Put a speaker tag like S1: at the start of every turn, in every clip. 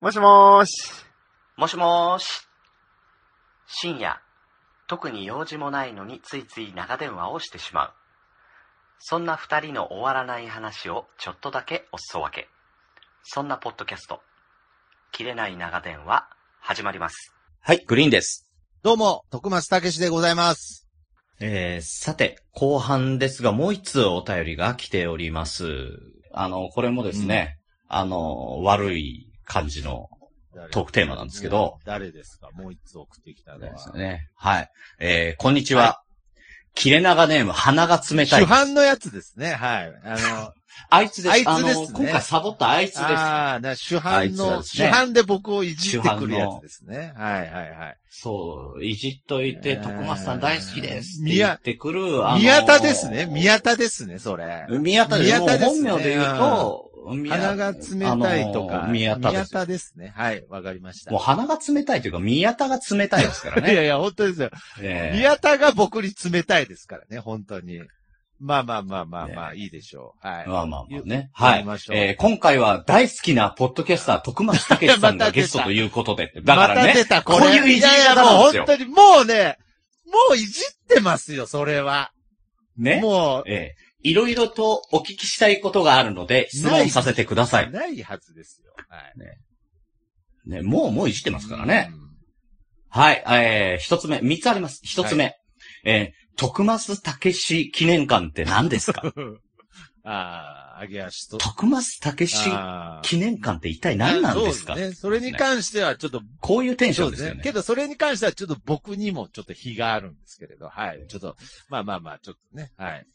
S1: もしもーし。
S2: もしもーし。深夜、特に用事もないのについつい長電話をしてしまう。そんな二人の終わらない話をちょっとだけおすそ分け。そんなポッドキャスト、切れない長電話、始まります。はい、グリーンです。
S1: どうも、徳松たけしでございます。
S2: えー、さて、後半ですが、もう一通お便りが来ております。あの、これもですね、あの、悪い感じのトークテーマなんですけど。
S1: 誰ですかもう一つ送ってきたのは。
S2: ですね。はい。えー、こんにちは。切れ長ネーム、鼻が冷た
S1: 主
S2: い。
S1: 犯のやつですね。はい。あ
S2: あいつです。
S1: あいつですね
S2: の、今回サボったあいつです
S1: の、。ああ、だから主
S2: あい
S1: 犯
S2: つら
S1: の、
S2: ですね
S1: 主犯で僕をいじってくるやつですね。はいはいはい。
S2: そう、いじっといて、
S1: えー
S2: 徳松さん大好きです。って
S1: 宮
S2: 言ってくる、あの
S1: 宮田ですね。宮田ですね、それ。
S2: 宮田です。
S1: 宮
S2: もう
S1: 田です
S2: 本
S1: ね
S2: 名で言うと、宮
S1: 鼻が冷たいとか。
S2: あの宮田で
S1: 宮
S2: す。
S1: 田ですね。はい、わかりました。
S2: もう鼻が冷たいというか、宮田が冷たいですか ら
S1: い
S2: ね。
S1: やいや、本当ですよ。
S2: えー
S1: 宮田が僕に冷たいですからね、本当に。まあまあまあまあまあ、いいでしょう。はい。
S2: まあまあまあね。
S1: 言
S2: は
S1: 言い
S2: い
S1: まし。ょう
S2: えー今回は大好きなポッドキャスター、徳松武さん
S1: また
S2: が
S1: 出
S2: ゲ
S1: た
S2: ストということで。だから
S1: また
S2: ね
S1: 出、た、これ。
S2: こういういじり方なんですよ
S1: いやいやもう本当に、もうね、もういじってますよ、それは。
S2: ね、
S1: も
S2: えーいろいろとお聞きしたいことがあるので、質問させてくだ
S1: う、
S2: さい。
S1: ないはずですよ。はい。
S2: ね、もうもういじってますからね。
S1: うん。
S2: はい、えー一つ目、三つあります。一つ目、えー徳松武史記念館って何で すか
S1: ああ、揚げ足と。
S2: 徳松武史
S1: あー
S2: 記念館って一体何なんですか
S1: そうね。それに関してはちょっと、
S2: こういうテンションです
S1: そう
S2: よ
S1: ですね。
S2: ね。
S1: けど、それに関してはちょっと僕にもちょっと非があるんですけれど、はい。ちょっと、まあまあまあ、ちょっとね、はい。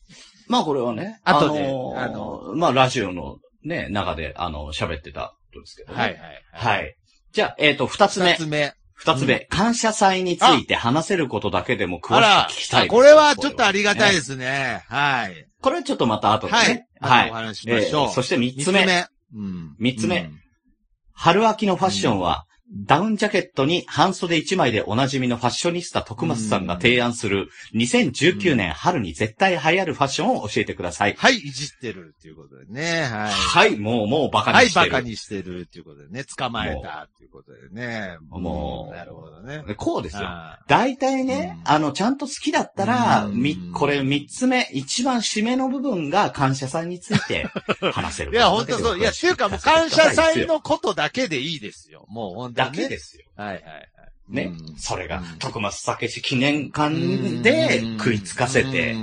S2: まあこれはね、あ
S1: 後
S2: の
S1: で
S2: ー
S1: あの
S2: まあラジオのね、中で、あの、喋ってたことですけどね。
S1: はい。はい。。
S2: はいい。じゃあ、えっ、と、二つ
S1: 二
S2: 目。
S1: つ目。
S2: 二つ目、感謝祭について話せることだけでも詳しく聞きたいです。
S1: これはちょっとありがたいですね。はい。
S2: これはちょっとまた後でね。
S1: はい。またお
S2: はい。
S1: 話しし
S2: え
S1: ましょう
S2: ー。そして三
S1: 三
S2: つ目。
S1: うん。
S2: 三つ目
S1: うん
S2: 春秋のファッションは、ダウンジャケットに半袖一枚でおなじみのファッショニスタ徳松さんが提案する、2019年春に絶対流行るファッションを教えてください。
S1: はい、いじってるっていうことでね。はい。
S2: はい、もう、もうバカ
S1: は
S2: に
S1: い、
S2: して
S1: バ
S2: る。
S1: カにしてるっていうことでね。捕まえたっていうことでね。
S2: もう
S1: なるほどね。
S2: こうですよ。
S1: あ
S2: 大体ね、
S1: うん
S2: あの、ちゃんと好きだったら、
S1: うん
S2: み、これ三つ目、一番締めの部分が感謝祭につい て話せる
S1: ーい
S2: こと
S1: や、
S2: だ
S1: 本
S2: けで
S1: 当
S2: も。
S1: そう。いや、ていうかもう感謝祭のことだけでいいですよ。もう本当に、
S2: だ
S1: ね。
S2: けですよ。
S1: はいはいはい。
S2: ね
S1: うん。
S2: それ
S1: う
S2: が
S1: ん、
S2: 徳松武史記念館で食いつかせて、、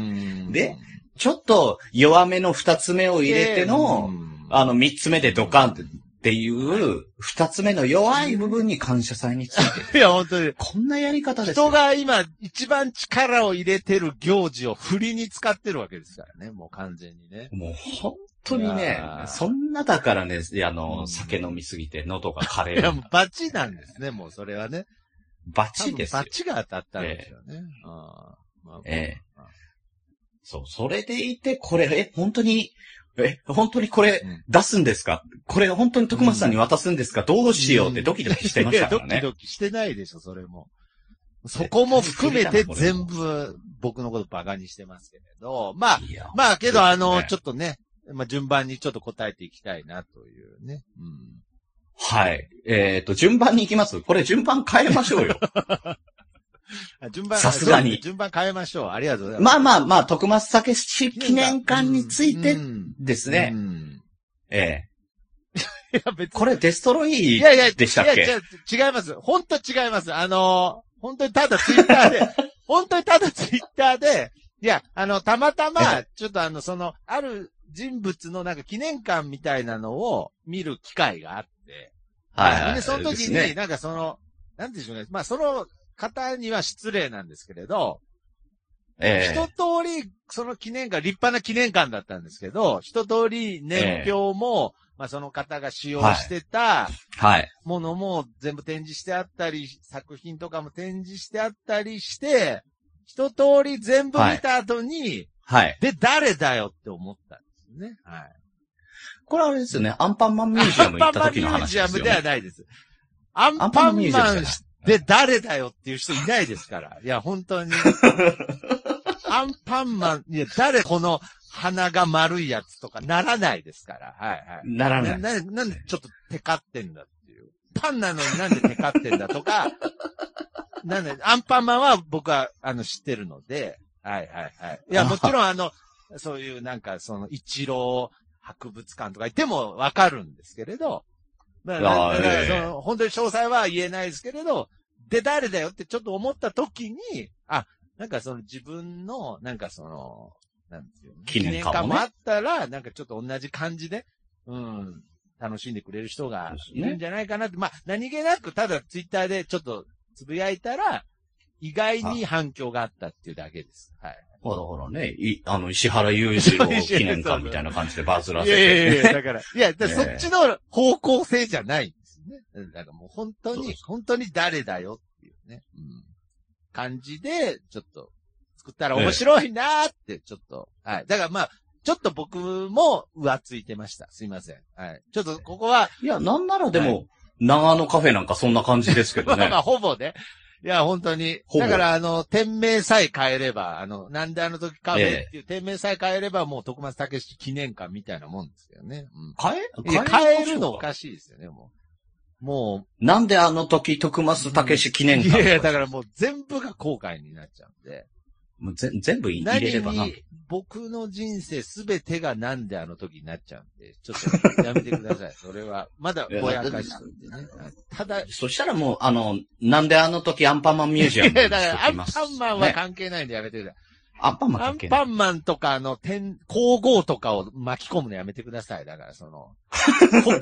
S2: で、ちょっと弱めの二つ目を入れての、、あの、、三つ目でドカンっていう、二つ目の弱い部分に感謝祭について。
S1: いや、本当に。
S2: こんなやり方ですよ
S1: 人が今、一番力を入れてる行事を振りに使ってるわけですからね、もう完全にね。
S2: もう本当に
S1: い
S2: ね
S1: やー、
S2: そんなだからね、あ
S1: う
S2: の、
S1: ん
S2: 酒飲みすぎて喉が枯
S1: い
S2: れ
S1: や、
S2: る
S1: も。うバチなんですね、もうそれはね。
S2: バ
S1: 多
S2: チ
S1: 分
S2: ですよ
S1: バ。チが当たったんですよね。あーまあ
S2: ええ。そう、それでいて、これ、え、本当に、え、本当にこれ
S1: うん
S2: 出すんですかこれ本当に徳松さんに渡すんですかどうしようってドキドキしてましたから
S1: いや
S2: ね。
S1: ドキドキしてないでしょ、それも。そこも含めて全部僕のことバカにしてますけれど、まあ、
S2: いや
S1: まあけど、あの、
S2: ね
S1: ちょっとね、まあ順番にちょっと答えていきたいなというね。うん
S2: はい。えっ、と、順番に行きますこれ順番変えましょうよ。
S1: あ順番、
S2: さすがに
S1: そうね順番変えましょう。あり がとうございます。
S2: まあまあまあ、徳松武史記念館について
S1: うん
S2: です
S1: うん
S2: ね。
S1: うん
S2: ええ
S1: いや、別に。
S2: これデストロイ
S1: いやいや、
S2: でしたっけ
S1: いや、違う違います。本当違います。あのー、本当にただツイッター で、本当にただツイッターで、いや、あの、たまたま、ちょっとあの、その、ある人物のなんか記念館みたいなのを見る機会があって、でその時
S2: です
S1: に、
S2: ね
S1: なんかその、なんていうんでしょうね。まあ、その方には失礼なんですけれど、
S2: ええ
S1: 一通り、その記念館、立派な記念館だったんですけど、一通り年表も、まあその方が使用してた
S2: はい。
S1: ものも全部展示してあったり、作品とかも展示してあったりして、一通り全部見た後に、
S2: はい。
S1: で、誰だよって思ったんですよね。はい。
S2: これあれですよね。アンパンマンミュージアム行った時の
S1: アンパンマンミュー
S2: 話
S1: ジ
S2: で
S1: ア
S2: す
S1: ム
S2: よ
S1: で
S2: ね。
S1: はないです。アンパンマンで誰だよっていう人いないですから。いや、本当に。アンパンマン、いや、誰この鼻が丸いやつとかならないですから。はいはい。
S2: ならない
S1: な、な、なんでちょっとテカってんだっていう。パンなのになんでテカってんだとか、 なんで、アンパンマンは僕は、あの、知ってるので、はいはいはい。いや、もちろんあの、そういうなんか、その、一郎博物館とか行ってもわかるんですけれど、まあ、
S2: いやー
S1: だから
S2: ええ
S1: その本当に詳細は言えないですけれど、で、誰だよってちょっと思った時に、あ、なんかその自分の、なんかその、なんていうの
S2: 記念館もね
S1: もあったら、なんかちょっと同じ感じで、うん、楽しんでくれる人がいるんじゃないかなって、まあ、何気なく、ただツイッターでちょっとつぶやいたら、意外に反響があったっていうだけです。はい。
S2: まあだからね、い、あの、石原裕次郎記念館みたいな感じでバズら
S1: い
S2: せ
S1: や
S2: て。
S1: いやい や、だから、いや、だ
S2: ね
S1: そっちの方向性じゃないんですね。うんだからもう本当
S2: そう
S1: に
S2: そ、
S1: 本当に誰だよっていうね、うん、感じで、ちょっと作ったら面白いなーって、ちょっと、はい。だからまあ、ちょっと僕も浮ついてました。すいません。はい。ちょっとここは、
S2: いや、なんならでも、長野カフェなんかそんな感じですけど
S1: まあ
S2: ね
S1: ま。あ、ほぼね。いや、本当に。
S2: ほぼ
S1: だから、あの、店名さえ変えれば、あの、なんであの時カフェっていう店名さえ変えれば、もう徳松武史記念館みたいなもんですけどね。うん。
S2: 変え
S1: いや変えるのお
S2: か
S1: かしいですよね、もう。も
S2: なんであの時、徳松武史記
S1: う、
S2: 念
S1: い
S2: 館
S1: やいや、だからもう全部が後悔になっちゃうんで。
S2: もうぜ全部入れ
S1: 何
S2: ればな。
S1: に、僕の人生すべてがなんであの時になっちゃうんで、ちょっとやめて ください。それは、まだぼやかしといてね。はいただ、い
S2: そしたらもう、あの、なんであの時アンパンマンミュージアムに
S1: や、だ
S2: し
S1: から、
S2: と
S1: ア
S2: き
S1: ン
S2: ます
S1: パンマンは
S2: ね
S1: 関係ないんでやめてください。
S2: アンパンマン
S1: ア
S2: 関
S1: ン
S2: 係ない
S1: パンマンとか、あの、天、皇后とかを巻き込むのやめてください。だから、そ の、国、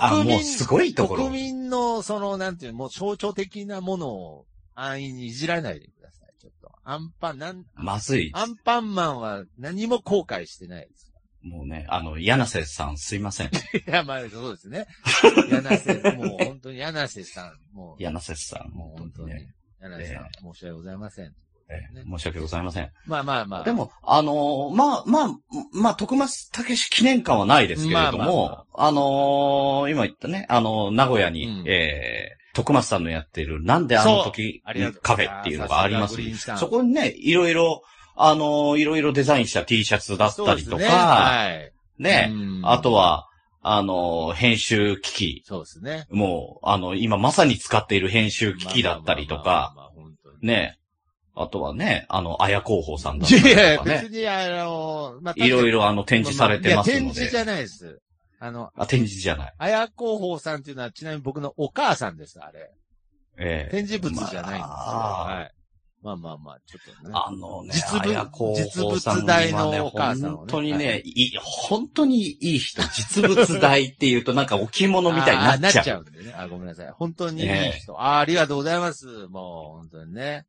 S2: あ、
S1: 国
S2: も
S1: 民
S2: う、すごいところ
S1: 国。民の、その、なんていうの、もう象徴的なものを安易にいじらないでください。ちょっと。アンパン、なん、
S2: まずい。
S1: アンパンマンは何も後悔してない です。
S2: もうね、あの、柳瀬さんすいま せん。
S1: いや、まあ、そうですね。柳瀬、もう本当に柳瀬さん、もう、
S2: 柳瀬さん、
S1: も
S2: も
S1: う
S2: う
S1: 本
S2: 本
S1: 当
S2: 当
S1: に
S2: にね。、
S1: 柳瀬さん、申し訳ございません。
S2: ええ申し訳ございません。
S1: まあまあまあ。
S2: でも、あのーまあ、まあ、まあ、徳松武史記念館はないですけれども、
S1: まあ
S2: あ
S1: まあ
S2: のー今言ったね、あのー名古屋に、
S1: うん
S2: えー徳松さんのやってる、なんであの時
S1: ありがとう、
S2: カフェっていうのがあります
S1: さすがグリーンさん
S2: そこにね、いろいろ、あのーいろいろデザインした T シャツだっ
S1: そ
S2: た
S1: うで
S2: り
S1: す
S2: と
S1: ね
S2: か、
S1: はい。
S2: ね
S1: うん
S2: あとは、あのー編集機器、
S1: そうですね。
S2: もう、あの、今まさに使っている編集機器だったりとか、
S1: まあまあまあまあ。まあ本当に
S2: ねあとはね、あの、綾広報さんだったり
S1: いやい
S2: と
S1: や、
S2: かね
S1: 別。に、あの、まあ、
S2: いろいろあの、展
S1: 展
S2: 示されてます
S1: いや、
S2: の
S1: 展示じ
S2: で。
S1: ゃないです。あの、
S2: あ、展示じゃない。
S1: 綾候補さんっていうのは、ちなみに僕のお母さんです、あれ。
S2: ええ。
S1: 展示物じゃないんですよ。
S2: まあ
S1: はい。まあまあまあ、ちょっとね。
S2: あのね、
S1: 実物
S2: 綾広報さん
S1: 実物大のお母さんをね
S2: 本当に
S1: は
S2: ね、いい、本当にいい人、実物大って言うとなんか置物みたい
S1: あー
S2: になっちゃう。
S1: んでね。あ、ごめんなさい。本当にいい
S2: え
S1: 人。あーありがとうございます。もう、本当にね。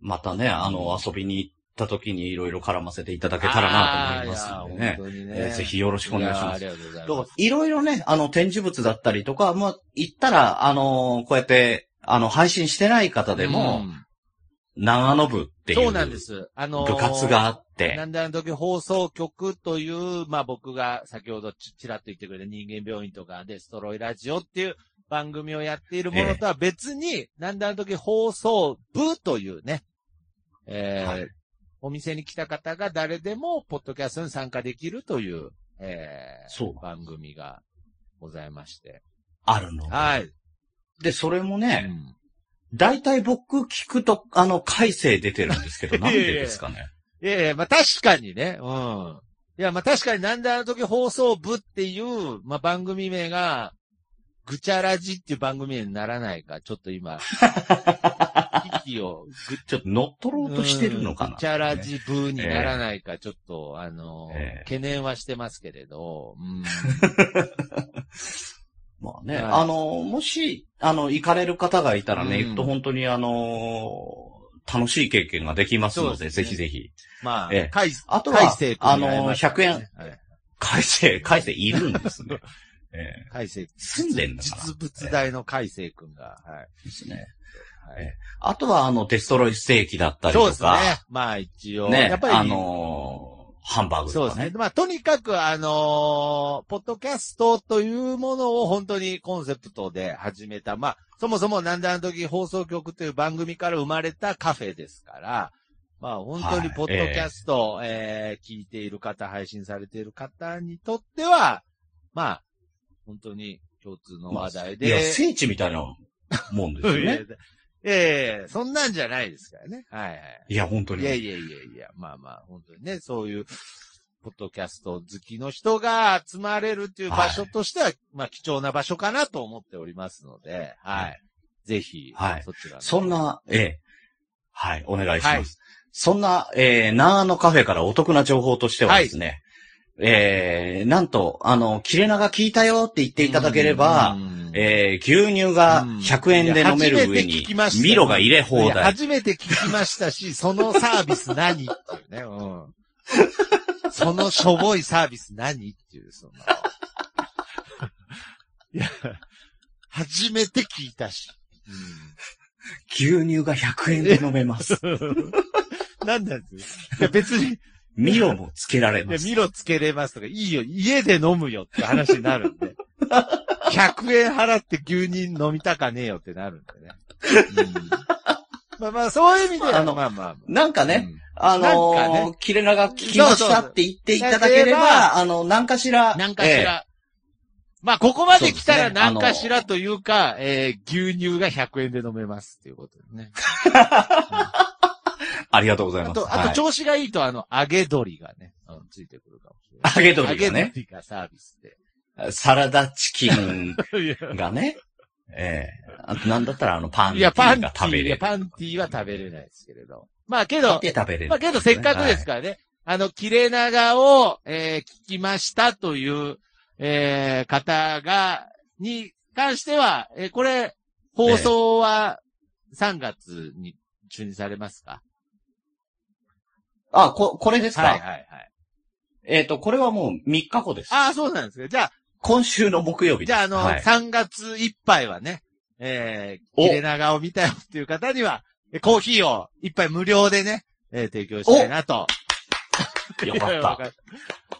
S2: またね、あの、遊びに行った時にいろいろ絡ませていただけたらなと思います
S1: あー
S2: の
S1: い
S2: で
S1: や
S2: ね。
S1: 本当に
S2: え
S1: ね。
S2: ーぜひよろしくお願いし
S1: やー
S2: ま
S1: あ
S2: す。
S1: りがとうござい
S2: だか
S1: ま
S2: ら
S1: す。
S2: いろいろね、あの、展示物だったりとか、まあ、行ったら、あの、こうやって、あの、配信してない方でも、
S1: うん
S2: 長野部ってい
S1: そううなんで
S2: 部
S1: す。あのー
S2: 活があって、
S1: なんであの時放送局という、まあ僕が先ほどちちらっと言ってくれた人間病院とかデストロイラジオっていう番組をやっているものとは別に、なんであの時放送部というね、えー
S2: はい
S1: お店に来た方が誰でもポッドキャストに参加できるという、えー
S2: そう
S1: 番組がございまして。
S2: あるの。
S1: はい。
S2: で、それも
S1: う
S2: ね、
S1: ん
S2: 大体僕聞くと、あの、改正出てるんです けど、なんでですかね。
S1: いやいや、まあ確かにね、うん。いや、まあ確かになんであの時放送部っていう、まあ番組名が、ぐちゃらじっていう番組名にならないか、ちょっと今、息を
S2: ちょっと乗っ取ろうとしてるのか
S1: うん
S2: な。
S1: ぐちゃらじ部にならないか、ちょっと、あの、
S2: ええ
S1: 懸念はしてますけれど、 うん。
S2: まあね、
S1: はい
S2: あの、もし、あの、行かれる方がいたらね、
S1: うん
S2: 行くと本当にあの、楽しい経験ができますの
S1: そう
S2: で、
S1: です
S2: ぜ
S1: ね
S2: ひぜひ。
S1: まあ、
S2: ええ
S1: 改
S2: あと
S1: 改
S2: は
S1: 正、
S2: あ
S1: 君に会え
S2: の、
S1: ました
S2: 100
S1: ね
S2: 円、
S1: はい
S2: 改正、改正いるんです ね。ええ
S1: 改正。
S2: 住んでんだから
S1: 実物大の改正君が、はい。
S2: ですね。
S1: はい
S2: あとは、あの、デストロイステーキだったりと
S1: そう
S2: か、
S1: ですね。まあ一応。
S2: ね
S1: やっぱり、
S2: あのーハンバーグ
S1: そうで
S2: とか
S1: す
S2: ね。
S1: ね。まあ、とにかく、あのーポッドキャストというものを本当にコンセプトで始めた。まあ、そもそもなんであの時放送局という番組から生まれたカフェですから、まあ、本当にポッドキャスト、えー聞いている方、配信されている方にとっては、まあ、本当に共通の話題
S2: いや、
S1: で。
S2: 聖地みたいなもんです よ
S1: いやい
S2: ね
S1: や。ええそんなんじゃないですからね。はいはい。
S2: いや、本当に。
S1: いやいやいやいや、まあまあ、本当にね、そういう、ポッドキャスト好きの人が集まれるっていう場所としては、まあ貴重な場所かなと思っておりますので、はい。ぜひ、
S2: はい
S1: そちらの
S2: そん。な、ええ。はい、お願いします。
S1: はい
S2: そんな、えー、長野カフェからお得な情報としてはですね、えー、なんと、あの、切れ長聞いたよって言っていただければ、
S1: うん、
S2: えー、牛乳が
S1: うん
S2: 100円で飲め
S1: い
S2: る上
S1: や初めて
S2: に
S1: 聞きまし、た
S2: ミロが入れ放
S1: いや
S2: 題。
S1: 初めて聞きました し、そのサービス何っていうね、うん。そのしょぼいサービス何っていう、 その。いや、初めて聞いたし。うん
S2: 牛乳が100円で飲めます。
S1: なんなんですいや別に、い
S2: ミロもつけられま
S1: や、
S2: す。
S1: ミロつけれますとか、いいよ、家で飲むよって話になるんで。100円払って牛乳飲みたかねえよってなるんでね。うんまあまあ、そういう意味では、
S2: あの
S1: まあまあま
S2: なんか
S1: あ。
S2: ね、
S1: うん
S2: あの
S1: なんか
S2: ー切れ長聞きましたって言っていただければ、
S1: そうそう
S2: あの、何かしら、
S1: なんかし
S2: え
S1: ら。まあ、ここまで来た
S2: そう
S1: ら
S2: ですねあ
S1: 何
S2: の
S1: かしらというか、えー牛乳が100円で飲めますっていうことですね。
S2: えありがとうござい
S1: あ
S2: ます。
S1: と、あと調子がいいと、あの、揚げ鶏がね、うんついてくるかもしれない。
S2: はい揚げ鶏が
S1: 揚げ
S2: ね、
S1: 鶏がサービス で。
S2: サラダチキン
S1: いや
S2: が ね、ええあと、なんだったら、あの、パン
S1: いや、パンテ
S2: が
S1: ィ
S2: 食
S1: ー、
S2: べれ
S1: い
S2: る。
S1: や、パンティーは食べれないですけれど。まあけ
S2: パン
S1: ど
S2: テ、ィーは食べれる。
S1: まあけどせっかくですからね、あの、切れ長を、えー聞きましたという、えー方が、に関しては、えーこれ、放送は3月に中にされますか、
S2: はい。あ、こ、これですか、
S1: はいはいはい。
S2: えっ、と、これはもう3日後です。
S1: ああ、そうなんですね。じゃあ、
S2: 今週の木曜日です。
S1: じゃあ、あの、
S2: はい
S1: 3月いっぱいはね、えー、
S2: お
S1: 切れ長を見たよっていう方には、えーコーヒーを一杯無料でね、えー提供したいなと。
S2: よかっ
S1: いやわ
S2: た。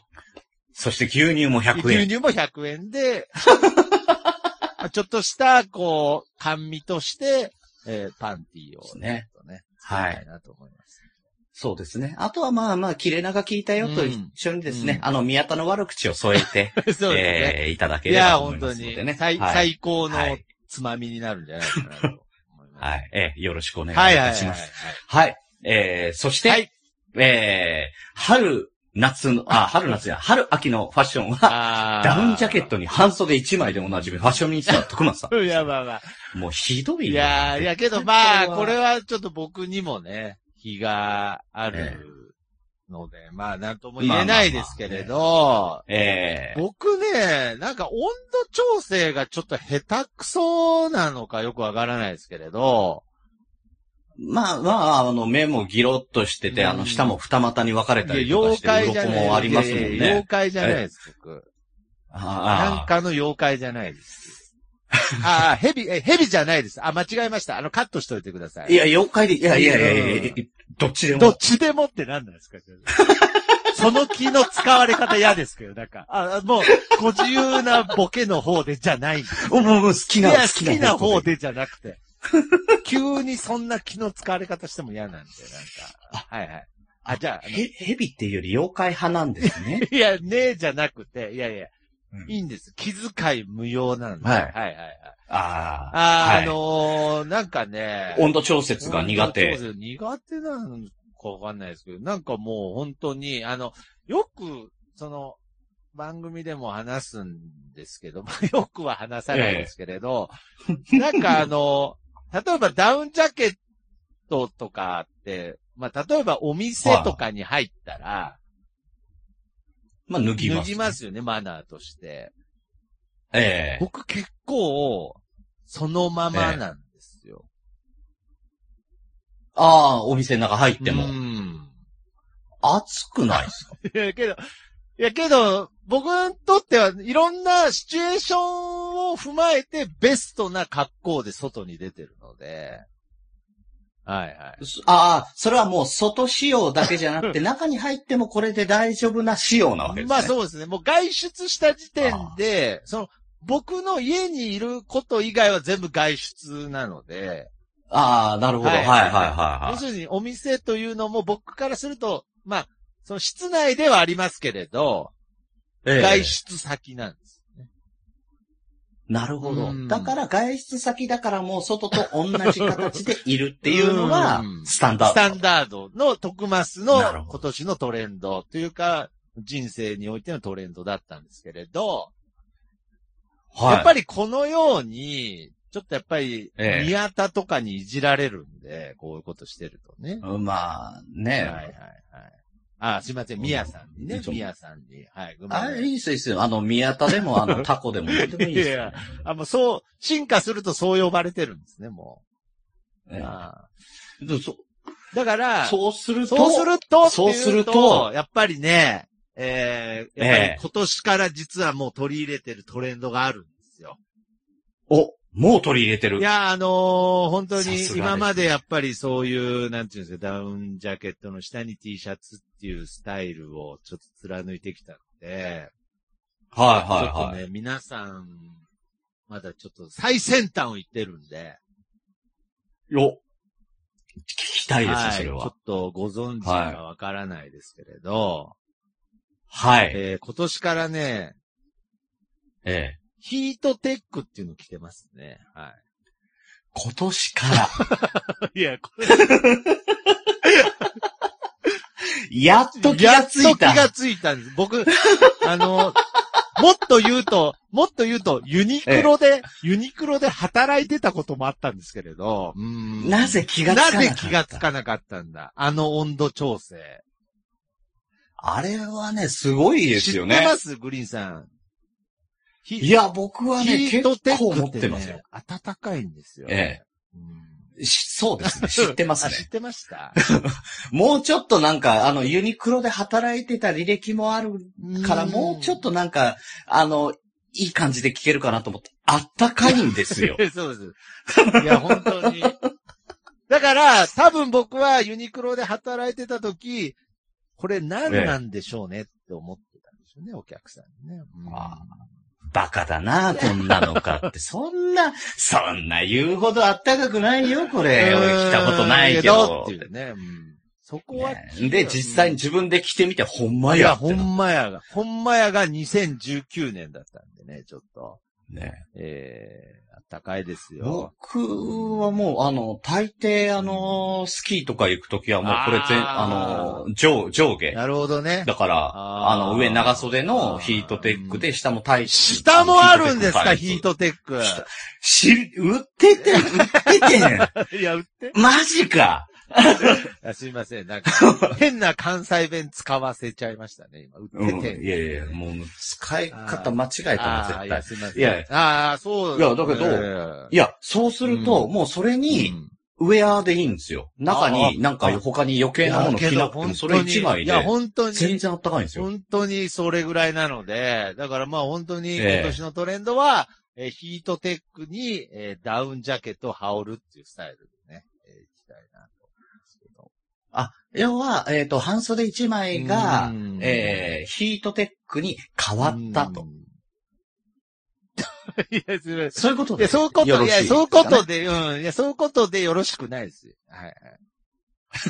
S2: そして牛乳も100
S1: 牛
S2: 円。
S1: 乳も100円 で、ちょっとした、こう、甘味として、えーパンティーをね、ちょっとね
S2: はい
S1: 作りたなと思います。
S2: そうですね。あとはまあまあ、切れ長聞いたよと一緒にですね、あの、宮田の悪口を添 えて、
S1: そうですね。
S2: ええいただけ
S1: い
S2: れば
S1: や、
S2: と思い
S1: 本
S2: ま
S1: 当
S2: すの
S1: に、
S2: でね。
S1: 最
S2: はい。
S1: 最高の
S2: はい
S1: つまみになるんじゃないかなと思います。
S2: はい。ええよろしくお願いい
S1: はいはいは
S2: た
S1: い
S2: し
S1: はい
S2: ます。はい。ええそして、
S1: はい
S2: ええ春、夏の、あ、春夏や、春秋のファッションは、
S1: あー
S2: ダウンジャケットに半袖1枚でおなじみ、ファッションニスタ、徳 松さ
S1: いや、まあまあ。
S2: ん。もうひどいよ
S1: いやーいや、けどまあ、
S2: こ
S1: こ
S2: れ
S1: れはちょっと僕にもね、日があ
S2: え
S1: るので、まあ、なんとも言えないですけれど、
S2: ええ
S1: 僕ね、なんか温度調整がちょっと下手くそなのかよくわからないですけれど、
S2: まあまあ、あの、目もギロッとしてて、あの、舌も二股に分かれ
S1: い
S2: た
S1: や
S2: りとか
S1: 妖
S2: して、
S1: 怪じゃ
S2: 鱗
S1: ない
S2: もありますもん
S1: いやいや妖
S2: ね。
S1: 怪じゃないです、僕。な
S2: あ
S1: ん
S2: あ、
S1: かの妖怪じゃないです。 ああ、蛇、え、蛇じゃないです。あ、間違えました。あの、カットしといてください。
S2: いや、妖怪で、いやいやいやいやいや
S1: う
S2: どっちでも。
S1: どっちでもって何なんですか その気の使われ方嫌ですけど、なんか、あ、もう、ご自由なボケの方でじゃないんです
S2: おもうもう好き
S1: い
S2: な、
S1: や、
S2: 好
S1: 好き
S2: き
S1: な方
S2: な方
S1: で
S2: で。
S1: じゃなく て。急にそんな気の使われ方しても嫌なんで、なんか。はいはい。あ、じゃああ
S2: へ、蛇っていうより妖怪派なんです ね。
S1: の、いや、ねえじゃなくて、いやいや、
S2: うん
S1: いいんです。気遣い無用なんで。
S2: はい
S1: はいはいはい。
S2: ああ、
S1: あー、
S2: はい
S1: あのー、なんかね。
S2: 温度調節が苦
S1: うん
S2: 手
S1: そ。うです苦手なのかわかんないですけど、なんかもう本当に、あの、よく、その、番組でも話すんですけど、ま あよくは話さないですけれど、なんかあの、例えばダウンジャケットとかって、まあ、例えばお店とかに入ったら、
S2: まあ、脱ぎ
S1: 脱
S2: ます。
S1: ぎますよね、マナーとして。
S2: ええ
S1: 僕結構、そのままなんですよ。
S2: ああ、お店の中入っても
S1: う。ん
S2: 暑くないですか
S1: いや、けど、いや、けど、僕にとってはいろんなシチュエーションを踏まえてベストな格好で外に出てるので、はいは
S2: ああ、それはもう外仕様だけじゃなくて、中に入ってもこれで大丈夫な仕様なわけ
S1: い。
S2: です
S1: ま
S2: ね。
S1: あそうですね。もう外出した時点で、その、僕の家にいること以外は全部外出なので、
S2: ああ、なるほど。は
S1: はいい
S2: はいはい
S1: 要
S2: は
S1: するにお店というのも僕からすると、まあ、その室内ではありますけれど、
S2: い。ええ
S1: 外出先なんですね。
S2: なるほ
S1: う
S2: ど。
S1: ん
S2: だから外出先だからもう外と同じ形でいるっていうのが
S1: うん
S2: スタンダ
S1: ス
S2: ード。
S1: タンダードの徳マスの
S2: なるほど
S1: 今年のトレンドというか、人生においてのトレンドだったんですけれど、
S2: はい。
S1: やっぱりこのように、ちょっとやっぱり、
S2: ええ
S1: 宮田とかにいじられるんで、こういうことしてるとね。
S2: うんまあ、
S1: はい
S2: ね。
S1: はいはい。あ、すいません、宮さんにね
S2: ち、ょ
S1: 宮さんに。はい、ごめんな
S2: あ
S1: さ
S2: れ、
S1: い
S2: いいですよ、いいですよ。あの、宮田でも、あの、タコでも、何でもいいです
S1: い
S2: よ
S1: や。あ、もうそう、進化するとそう呼ばれてるんですね、もう。
S2: え
S1: あ
S2: えでそ
S1: ーだから、
S2: そうすると、
S1: そうすると、
S2: そうすると
S1: っていうやっぱりね、えー、やっぱ
S2: え
S1: り
S2: え
S1: 今年から実はもう取り入れてるトレンドがあるんですよ。
S2: お、もう取り入れてる。
S1: いや、あのー本当
S2: さすが
S1: に
S2: ですね
S1: 今までやっぱりそういう、なんていうんですか、ダウンジャケットの下に T シャツっていうスタイルをちょっと貫いてきたので、
S2: はい
S1: ちょ
S2: は
S1: っ
S2: い
S1: と
S2: はい。
S1: ね、皆さん、まだちょっと最先端を言ってるんで、
S2: よ、聞きたいです
S1: は
S2: よ、
S1: い、
S2: そ
S1: ち
S2: れ
S1: ょ
S2: は
S1: っ。とご存知かわからないですけれど、
S2: はい。
S1: えー今年からね、
S2: ええ。
S1: ヒートテックっていうの着てますね。は
S2: 今年から、
S1: い。 いや、これ、
S2: やっと 気
S1: や
S2: が
S1: っ
S2: つい
S1: と気
S2: た。
S1: がついたんです。僕、あの、 もっと言うと、もっと言うと、ユニクロで、ユニクロで働いてたこともあったんですけれど、うん
S2: なぜ気がつ
S1: な
S2: かなかった
S1: ぜ気がつかなかったんだあの温度調整。
S2: あれはね、すごいですよね。
S1: 知ってますグリーンさん。ヒ
S2: いや、僕はね、
S1: ヒ
S2: 結
S1: ートテッ
S2: 構
S1: ク
S2: 持
S1: っ,、
S2: ってて
S1: ね、
S2: ますよ。
S1: 暖かいんですよ。
S2: え
S1: うん
S2: しそうです ね。知ってます
S1: あ知っ
S2: ね。
S1: てました。
S2: もうちょっとなんか、あの、ユニクロで働いてた履歴もあるから、もうちょっとなんか、あの、いい感じで聞けるかなと思って、あったかいんですよ
S1: そうです。いや、本当に。だから、多分僕はユニクロで働いてた時、これ何なんでしょうねって思ってたんですよね、お客さんにね。うん
S2: あバカだな、こんなのかって。そんな、そんな言うほどあったかくないよ、これ。俺来たことないけど
S1: うん。けっていうね。うんそこは、
S2: ねで、実際に自分で着てみて、ほんま
S1: いや、
S2: やって
S1: ほ
S2: な。
S1: んまやが、ほんまやが2019年だったんでね、ちょっと。
S2: ね
S1: えー、あったかいですよ。
S2: 僕はもう、あの、大抵、あの、スキーとか行くときはもう、これ全、
S1: あー
S2: あの、上、上下。
S1: なるほどね。
S2: だから、
S1: あ
S2: あ
S1: ー
S2: の、上長袖のヒートテックで、下もタイツ
S1: 下もあるんですか、ヒー。
S2: の
S1: トテック。
S2: し、売ってて、売っててん。
S1: いや、売って。
S2: マジか。
S1: あすいません。 なんか、変な関西弁使わせちゃいましたね、今。売
S2: うん。
S1: ってて。
S2: いやいや、もう、使い方間違えた
S1: あー
S2: な、絶
S1: いや、
S2: 対。
S1: すいません。
S2: いやい
S1: ああ、そう
S2: いやだけどいや、そうすると、
S1: うん
S2: もうそれに、
S1: うん
S2: ウェアでいいんですよ。中
S1: あ
S2: に、なんか他に余計なもの着なくても、それ一枚
S1: い
S2: で
S1: や、、本当に。
S2: 全然あったかいんですよ。
S1: 本当にそれぐらいなので、だからまあ本当に
S2: ええ
S1: 今年のトレンドは、えーヒートテックに、えーダウンジャケットを羽織るっていうスタイルでね、えーいきたいなと思うんですけど。
S2: 要は、えっ、と、半袖一枚が
S1: う、ん
S2: えー、ヒートテックに変わったと。
S1: うん。 いや、すいません。
S2: そういうこと
S1: いや、
S2: で。
S1: そういうこと、
S2: よろ
S1: い
S2: しいで
S1: や、
S2: す
S1: そう
S2: かね
S1: いうことで、うん、いや、そういうことでよろしくないですよ。はいは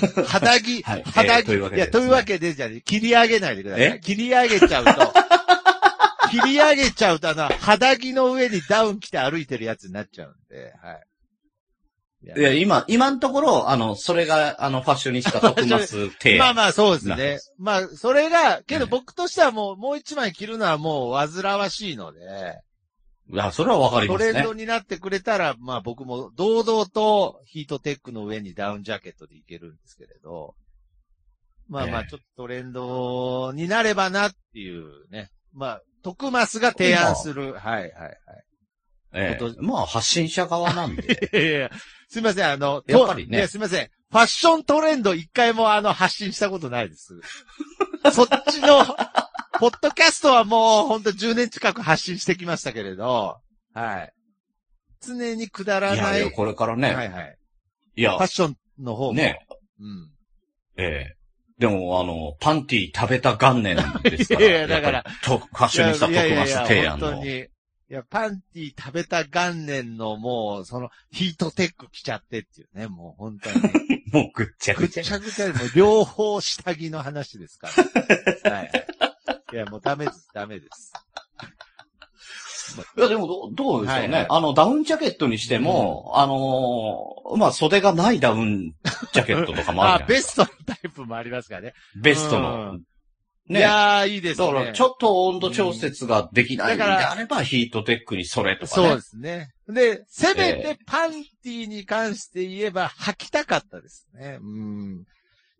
S1: い。肌着、
S2: はい
S1: 肌
S2: えーと
S1: 着、
S2: いうわけで
S1: や、というわけでじゃね、切り上げないでください。
S2: え
S1: 切り上げちゃうと、 切り上げちゃうと、あの、肌着の上にダウン着て歩いてるやつになっちゃうんで、はい。いや
S2: いや、今、今のところ、あの、それが、あの、ファッションにした特マス 提
S1: まあ
S2: 案。
S1: まあ、そうです
S2: なるほ
S1: ね
S2: ど。
S1: まあ、それが、けど
S2: ええ
S1: 僕としてはもう、もう一枚着るのはもう、煩わしいので、
S2: いや、それはわかり
S1: ト
S2: ます
S1: レン
S2: ね
S1: ド。になってくれたら、まあ僕も堂々とヒートテックの上にダウンジャケットでいけるんですけれど、まあまあ
S2: ええ
S1: ちょっとトレンドになればなっていうね。まあ、徳マスが提案する。はいはいはい。
S2: ええ
S1: 今年
S2: まあ、発信者側なん で。
S1: いやいやいやすいません、あの、と
S2: やっぱりね
S1: いや、すいません。ファッショントレンド一回もあの、発信したことないです。 そっちの、ポッドキャストはもう、ほんと10年近く発信してきましたけれど、はい。常にくだ
S2: い
S1: らな
S2: や、い
S1: い。
S2: やこれから
S1: はい
S2: ね。
S1: はい。
S2: い
S1: フ
S2: や
S1: ァッ、ションの方も。
S2: ね。
S1: うん。
S2: ええでも、あの、パンティ食べた元年ですから。
S1: いやいやだから
S2: やっぱりと、ファッションにした特マス提案
S1: いやいやいや本
S2: の
S1: 当。に。いや、パンティ食べた元年のもう、その、ヒートテック着ちゃってっていうね、もう本当に。
S2: もうぐっちゃ
S1: ぐ
S2: ぐ
S1: っ
S2: ちゃ
S1: ち。ゃぐちゃで、もう両方下着の話ですから。はい。いや、もうダメです、ダメです。
S2: いや、でもど、どうですかね、
S1: はいはい
S2: あの、ダウンジャケットにしても、あのーまあ、袖がないダウンジャケットとかもあ
S1: あ
S2: る、じゃ
S1: ベストのタイプもありますからね。
S2: ん。ベストの。
S1: うんい
S2: ね。
S1: やー、いいです
S2: だ
S1: ね。
S2: から、ちょっと温度調節ができないん
S1: だ
S2: で
S1: から
S2: あれば、ヒートテックにそれとかね。
S1: そうですね。で、せめ
S2: え
S1: てパンティに関して言えば履きたかったですね。うん。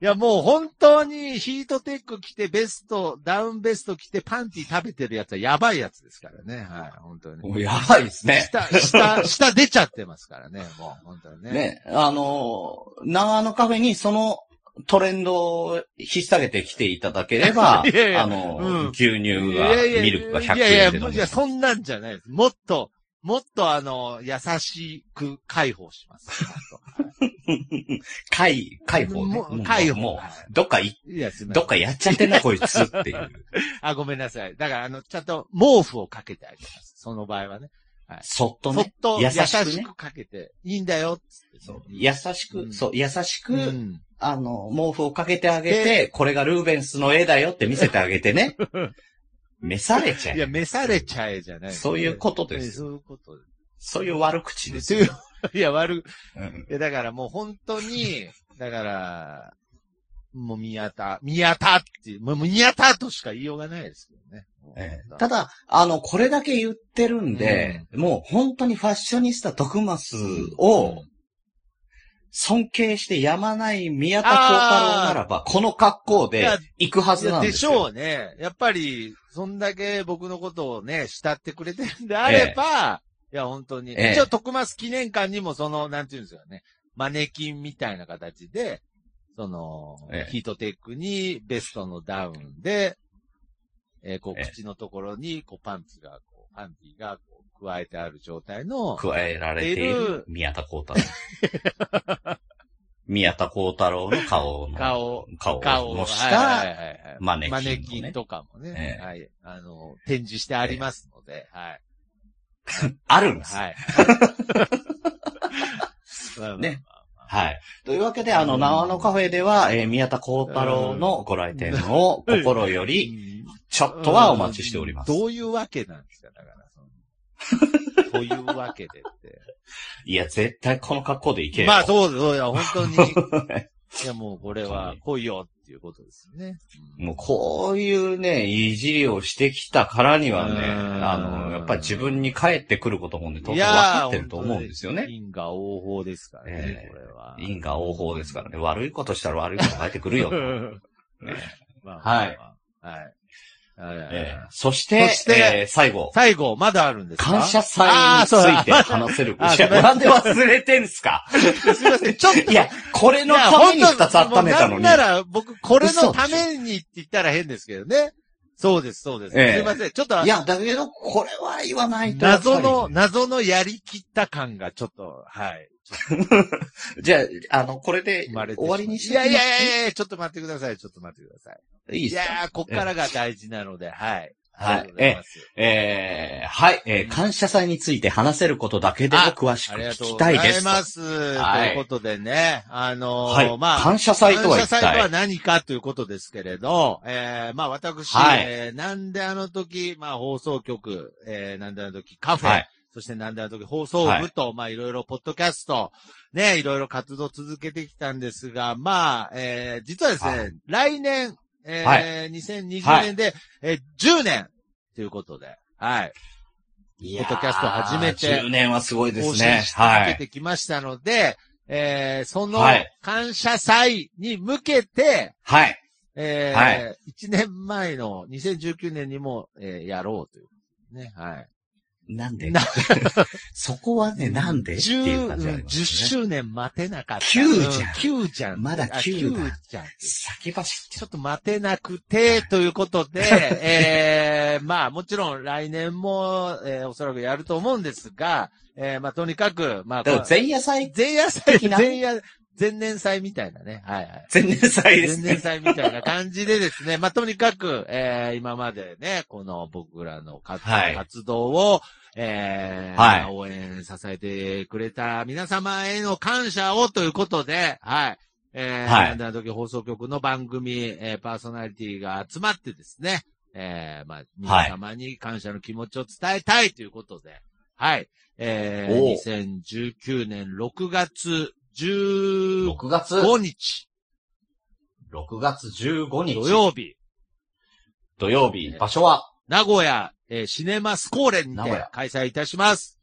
S1: いや、もう本当にヒートテック着てベスト、ダウンベスト着てパンティ食べてるやつはやばいやつですからね。はい、本当に。
S2: もうやばいですね。
S1: 下、 下、下出ちゃってますからね、もう、本当にね。、
S2: ね、あのー、長野カフェにそのトレンドを引っ提げてきていただければ
S1: いやいや
S2: あのー、
S1: うん
S2: 牛乳が、ミルクが100円
S1: いやいや、
S2: で飲
S1: もう
S2: め
S1: いや、
S2: る。
S1: そんなんじゃないです。もっと、もっとあの、優しく解放します。
S2: 解、解放ね
S1: も。う解放。
S2: も
S1: は
S2: う、どっかい、
S1: いいや、すみませ
S2: ど
S1: ん
S2: っ。かやっちゃってんな、こいつっていう。
S1: あ、ごめんなさい。だから、あの、ちゃんと毛布をかけてあげます。その場合はね。
S2: そっと
S1: そっ
S2: ね。
S1: と優
S2: 優
S1: し
S2: しくね
S1: くかけて、いいんだよ、つって。
S2: そう優しく、
S1: うん
S2: そう、優しく、
S1: うん。
S2: あの、毛布をかけてあげ
S1: で
S2: て、これがルーベンスの絵だよって見せてあげて ね。召されちゃ
S1: いや、
S2: え。
S1: 召されちゃえじゃない。
S2: そういうことです
S1: えそういうことで
S2: そういう悪口ですす。
S1: そういう。いや、悪
S2: うん
S1: い。いや、だからもう本当に、 だから、もう宮田、宮田っていう、もう宮田としか言いようがないですけどね。
S2: ええただ、あの、これだけ言ってるんで、もう本当にファッショニスタ徳マスを尊敬してやまない宮田幸太郎ならば、この格好
S1: い
S2: で
S1: や
S2: 行くはずなん
S1: で
S2: で
S1: し
S2: す
S1: ょ
S2: よ。
S1: うね。やっぱり、そんだけ僕のことをね、慕ってくれてるんであれば、いや、本当に。
S2: ええ
S1: 一応、徳松記念館にも、その、なんていうんですかね、マネキンみたいな形で、その、
S2: ええ
S1: ヒートテックにベストのダウンで、えーこう、
S2: ええ
S1: 口のところに、こう、パンツが、こう、パンティが、こう、加えてある状態の、
S2: 加えられてい
S1: いる
S2: る宮田幸太郎。 宮田幸太郎の顔の、
S1: 顔、
S2: 顔を模し
S1: はい
S2: た
S1: はいはいはい
S2: マネキンのね
S1: マネキンとかもね、
S2: ええ
S1: はい、あの、展示してありますので、はい。
S2: あるんです。
S1: はい。まあ
S2: ね。はい。というわけで、あ
S1: う
S2: の、
S1: ん
S2: 長野カフェでは、えー宮田幸太郎のご来店を心より、ちょっとはお待ちしております。
S1: どういうわけなんですかだから、その。 そういうわけでっ
S2: いや、絶対この格好で行け
S1: て。
S2: よ。
S1: まあ、そうです。そうや、本当に。 いや、もうこれは来いよっていうことですよね。うん
S2: もうこういうね、いじりをしてきたからにはね、
S1: うん
S2: あの、やっぱり自分に返ってくることもね、当
S1: い
S2: 然分
S1: や
S2: か
S1: ー
S2: ってると思うんですよ
S1: 本当
S2: ね。
S1: に因果応報ですからね
S2: え、え
S1: これは。
S2: 因果応報ですからね。悪いことしたら悪いこと返ってくる よ。ね
S1: まあま
S2: はい
S1: あまあはい。はい
S2: えーそして、
S1: そして
S2: えー最後、
S1: 最後、まだあるんですか
S2: 感謝祭
S1: あー
S2: につ
S1: そうだ
S2: いて話せる。
S1: あ
S2: いや
S1: ごめん
S2: なんで忘れてんすか
S1: す いません、ちょっと
S2: いや、これのために二つ温めたの
S1: もう
S2: に。
S1: なんなら、僕、これの
S2: 嘘でし
S1: た
S2: ょ
S1: めにって言ったら変ですけどね。そうです、そうです。
S2: ええ
S1: すいません。ちょっと
S2: い、や、だけど、これは言わないと。
S1: 謎の、。謎のやりきった感がちょっと、はい。
S2: じゃあ、あの、これで
S1: 生まれてしま
S2: 終
S1: う
S2: わりにして
S1: いやいやいやいや、ちょっと待ってください、ちょっと待ってください。
S2: いいで
S1: い
S2: すか
S1: やー、こっからが大事なので、はい。
S2: はい
S1: ありがとうござます
S2: えー、はい、えー感謝祭について話せることだけでも詳し
S1: あ
S2: く
S1: りがとう
S2: 聞き
S1: ご
S2: た
S1: ざ
S2: いで
S1: い
S2: す。
S1: ます。
S2: はい
S1: ということでね、あのー
S2: はい、
S1: まあ、
S2: 感謝祭と
S1: 感
S2: は
S1: 謝
S2: 一
S1: 祭とは
S2: 体。
S1: 何かということですけれど、えー、まあ私、
S2: はい
S1: えーなんであの時、まあ放送局、えー、なんであの時カフェ、
S2: はい、
S1: そしてなんであの時放送部と、まあいろいろポッドキャスト、ね、いろいろ活動続けてきたんですが、まあ、えー、実はですね、
S2: は
S1: 来年、えー
S2: はい
S1: 2020年で、えー10年ということで、はい。
S2: い
S1: ポッドキャスト始めて
S2: 10年はすごいで
S1: 更
S2: す
S1: 新
S2: ね
S1: し。続
S2: は
S1: け
S2: い。
S1: てきましたので、えー、その
S2: はい
S1: 感謝祭に向けて、
S2: はい。
S1: え
S2: は
S1: ー一1年前の2019年にも、えーやろうという。ね、はい。
S2: なんで
S1: な
S2: そこはね、なんでっていう
S1: 10、
S2: 感じがあ
S1: うん
S2: ります
S1: 10
S2: ね。
S1: 周年待てなかった。
S2: 九じゃん
S1: 9じゃん。
S2: まだ九だ
S1: あ九じゃん。
S2: 先走っち
S1: ちょっと待てなくて、ということ で、えー、まあもちろん来年も、えーおそらくやると思うんですが、えー、まあとにかく、まあ
S2: ゃ、だから
S1: こ
S2: 前夜祭、
S1: 前夜祭、
S2: 的な
S1: 前夜、前年祭みたいなね。はいはい。
S2: 前年祭です
S1: 前年
S2: ね。
S1: 祭みたいな感じでです ね、まあ、とにかく、えー、今までね、この僕らの活,、
S2: はい
S1: 活動を、えー
S2: はい
S1: 応援、支えてくれた皆様への感謝をということで、はい。えー、
S2: はい
S1: なんだ時放送局の番組、えーパーソナリティが集まってですね、えー、まあ、皆様に感謝の気持ちを伝えたいということで、はい。え
S2: おう
S1: ー、2019年6月15
S2: 6月、
S1: 日、
S2: 6月15日、
S1: 土曜日、
S2: 土曜日、場所は、
S1: 名古屋、えーシネマスコーレに
S2: 名古
S1: て
S2: 屋
S1: 開催いたします。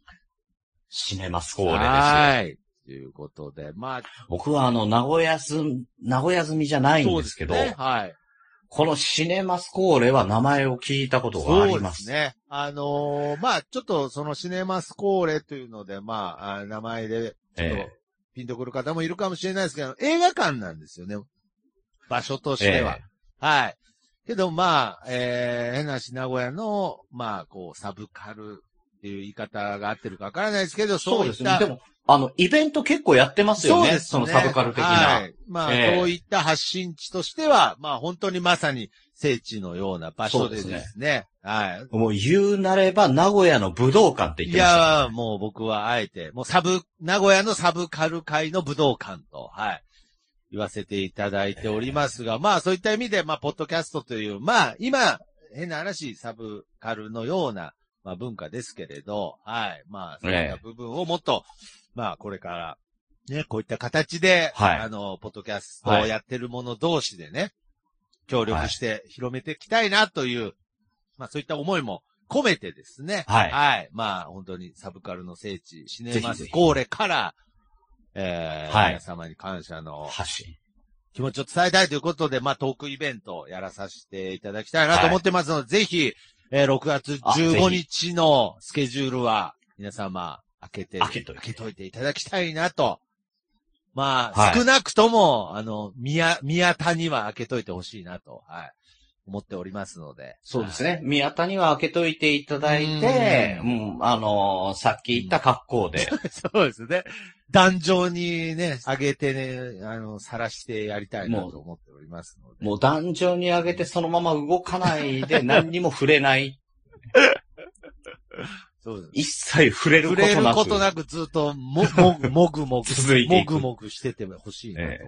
S2: シネマスコーレです。
S1: はい。ということで、まあ、
S2: 僕はあの、名古屋住み、名古屋住みじゃないんですけど、
S1: そうね、はい。
S2: このシネマスコーレは名前を聞いたことがあります。
S1: そうですね。あのーまあ、ちょっとそのシネマスコーレというので、まあ、あ名前で、ちょっと
S2: え
S1: ピンとくる方もいるかもしれないですけど、映画館なんですよね。場所としては。
S2: え
S1: はい。けど、まあ、えー、変な話名古屋の、まあ、こう、サブカルっていう言い方が合ってるかわからないですけど、
S2: そ
S1: そうういっ
S2: ですね。
S1: た
S2: でも、あの、イベント結構やってますよね。そのサブカル的な。
S1: はい、まあ、
S2: ええ
S1: そういった発信地としては、まあ、本当にまさに聖地のような場所でです
S2: そう
S1: ね。
S2: です
S1: はい。
S2: もう言うなれば、名古屋の武道館って言
S1: い
S2: ってました。
S1: やー、もう僕はあえて、もうサブ、名古屋のサブカル界の武道館と、はい、言わせていただいておりますが、まあそういった意味で、まあ、ポッドキャストという、まあ今、変な話、サブカルのような、まあ文化ですけれど、はい、まあそういった部分をもっと、まあこれから、ね、こういった形で、
S2: はい
S1: あの、ポッドキャストをやってる者同士でね、協力して広めていきたいなという、まあそういった思いも込めてですね。
S2: はい
S1: はい。まあ本当にサブカルの聖地、シネマ
S2: ぜひぜ
S1: ス
S2: ひ
S1: コーレから、えー
S2: はい
S1: 皆様に感謝の
S2: 発信。
S1: 気持ちを伝えたいということで、まあトークイベントをやらさせていただきたいなと思ってますので、ぜひ、えー6月15
S2: あぜ
S1: 日のスケジュールは皆様開けて、
S2: 開けといて
S1: ていただきたいなと。まあ、
S2: はい
S1: 少なくとも、あの、宮、宮田には開けといてほしいなと、はい、思っておりますので。
S2: そうですね。宮田には開けといていただいて、
S1: う
S2: うん、あのーさっき言った格 好で、
S1: そうですね。壇上にね、上げてね、あの、晒してやりたいなと思っておりますので。
S2: もう壇上に上げてそのまま動かないで何にも触れない。
S1: そうです。
S2: 一切触れるこ
S1: 触
S2: となく。
S1: れることなくずっとも、 も、もぐもぐ、
S2: 続いて
S1: も
S2: いく
S1: ぐもぐしててほしいなと。
S2: え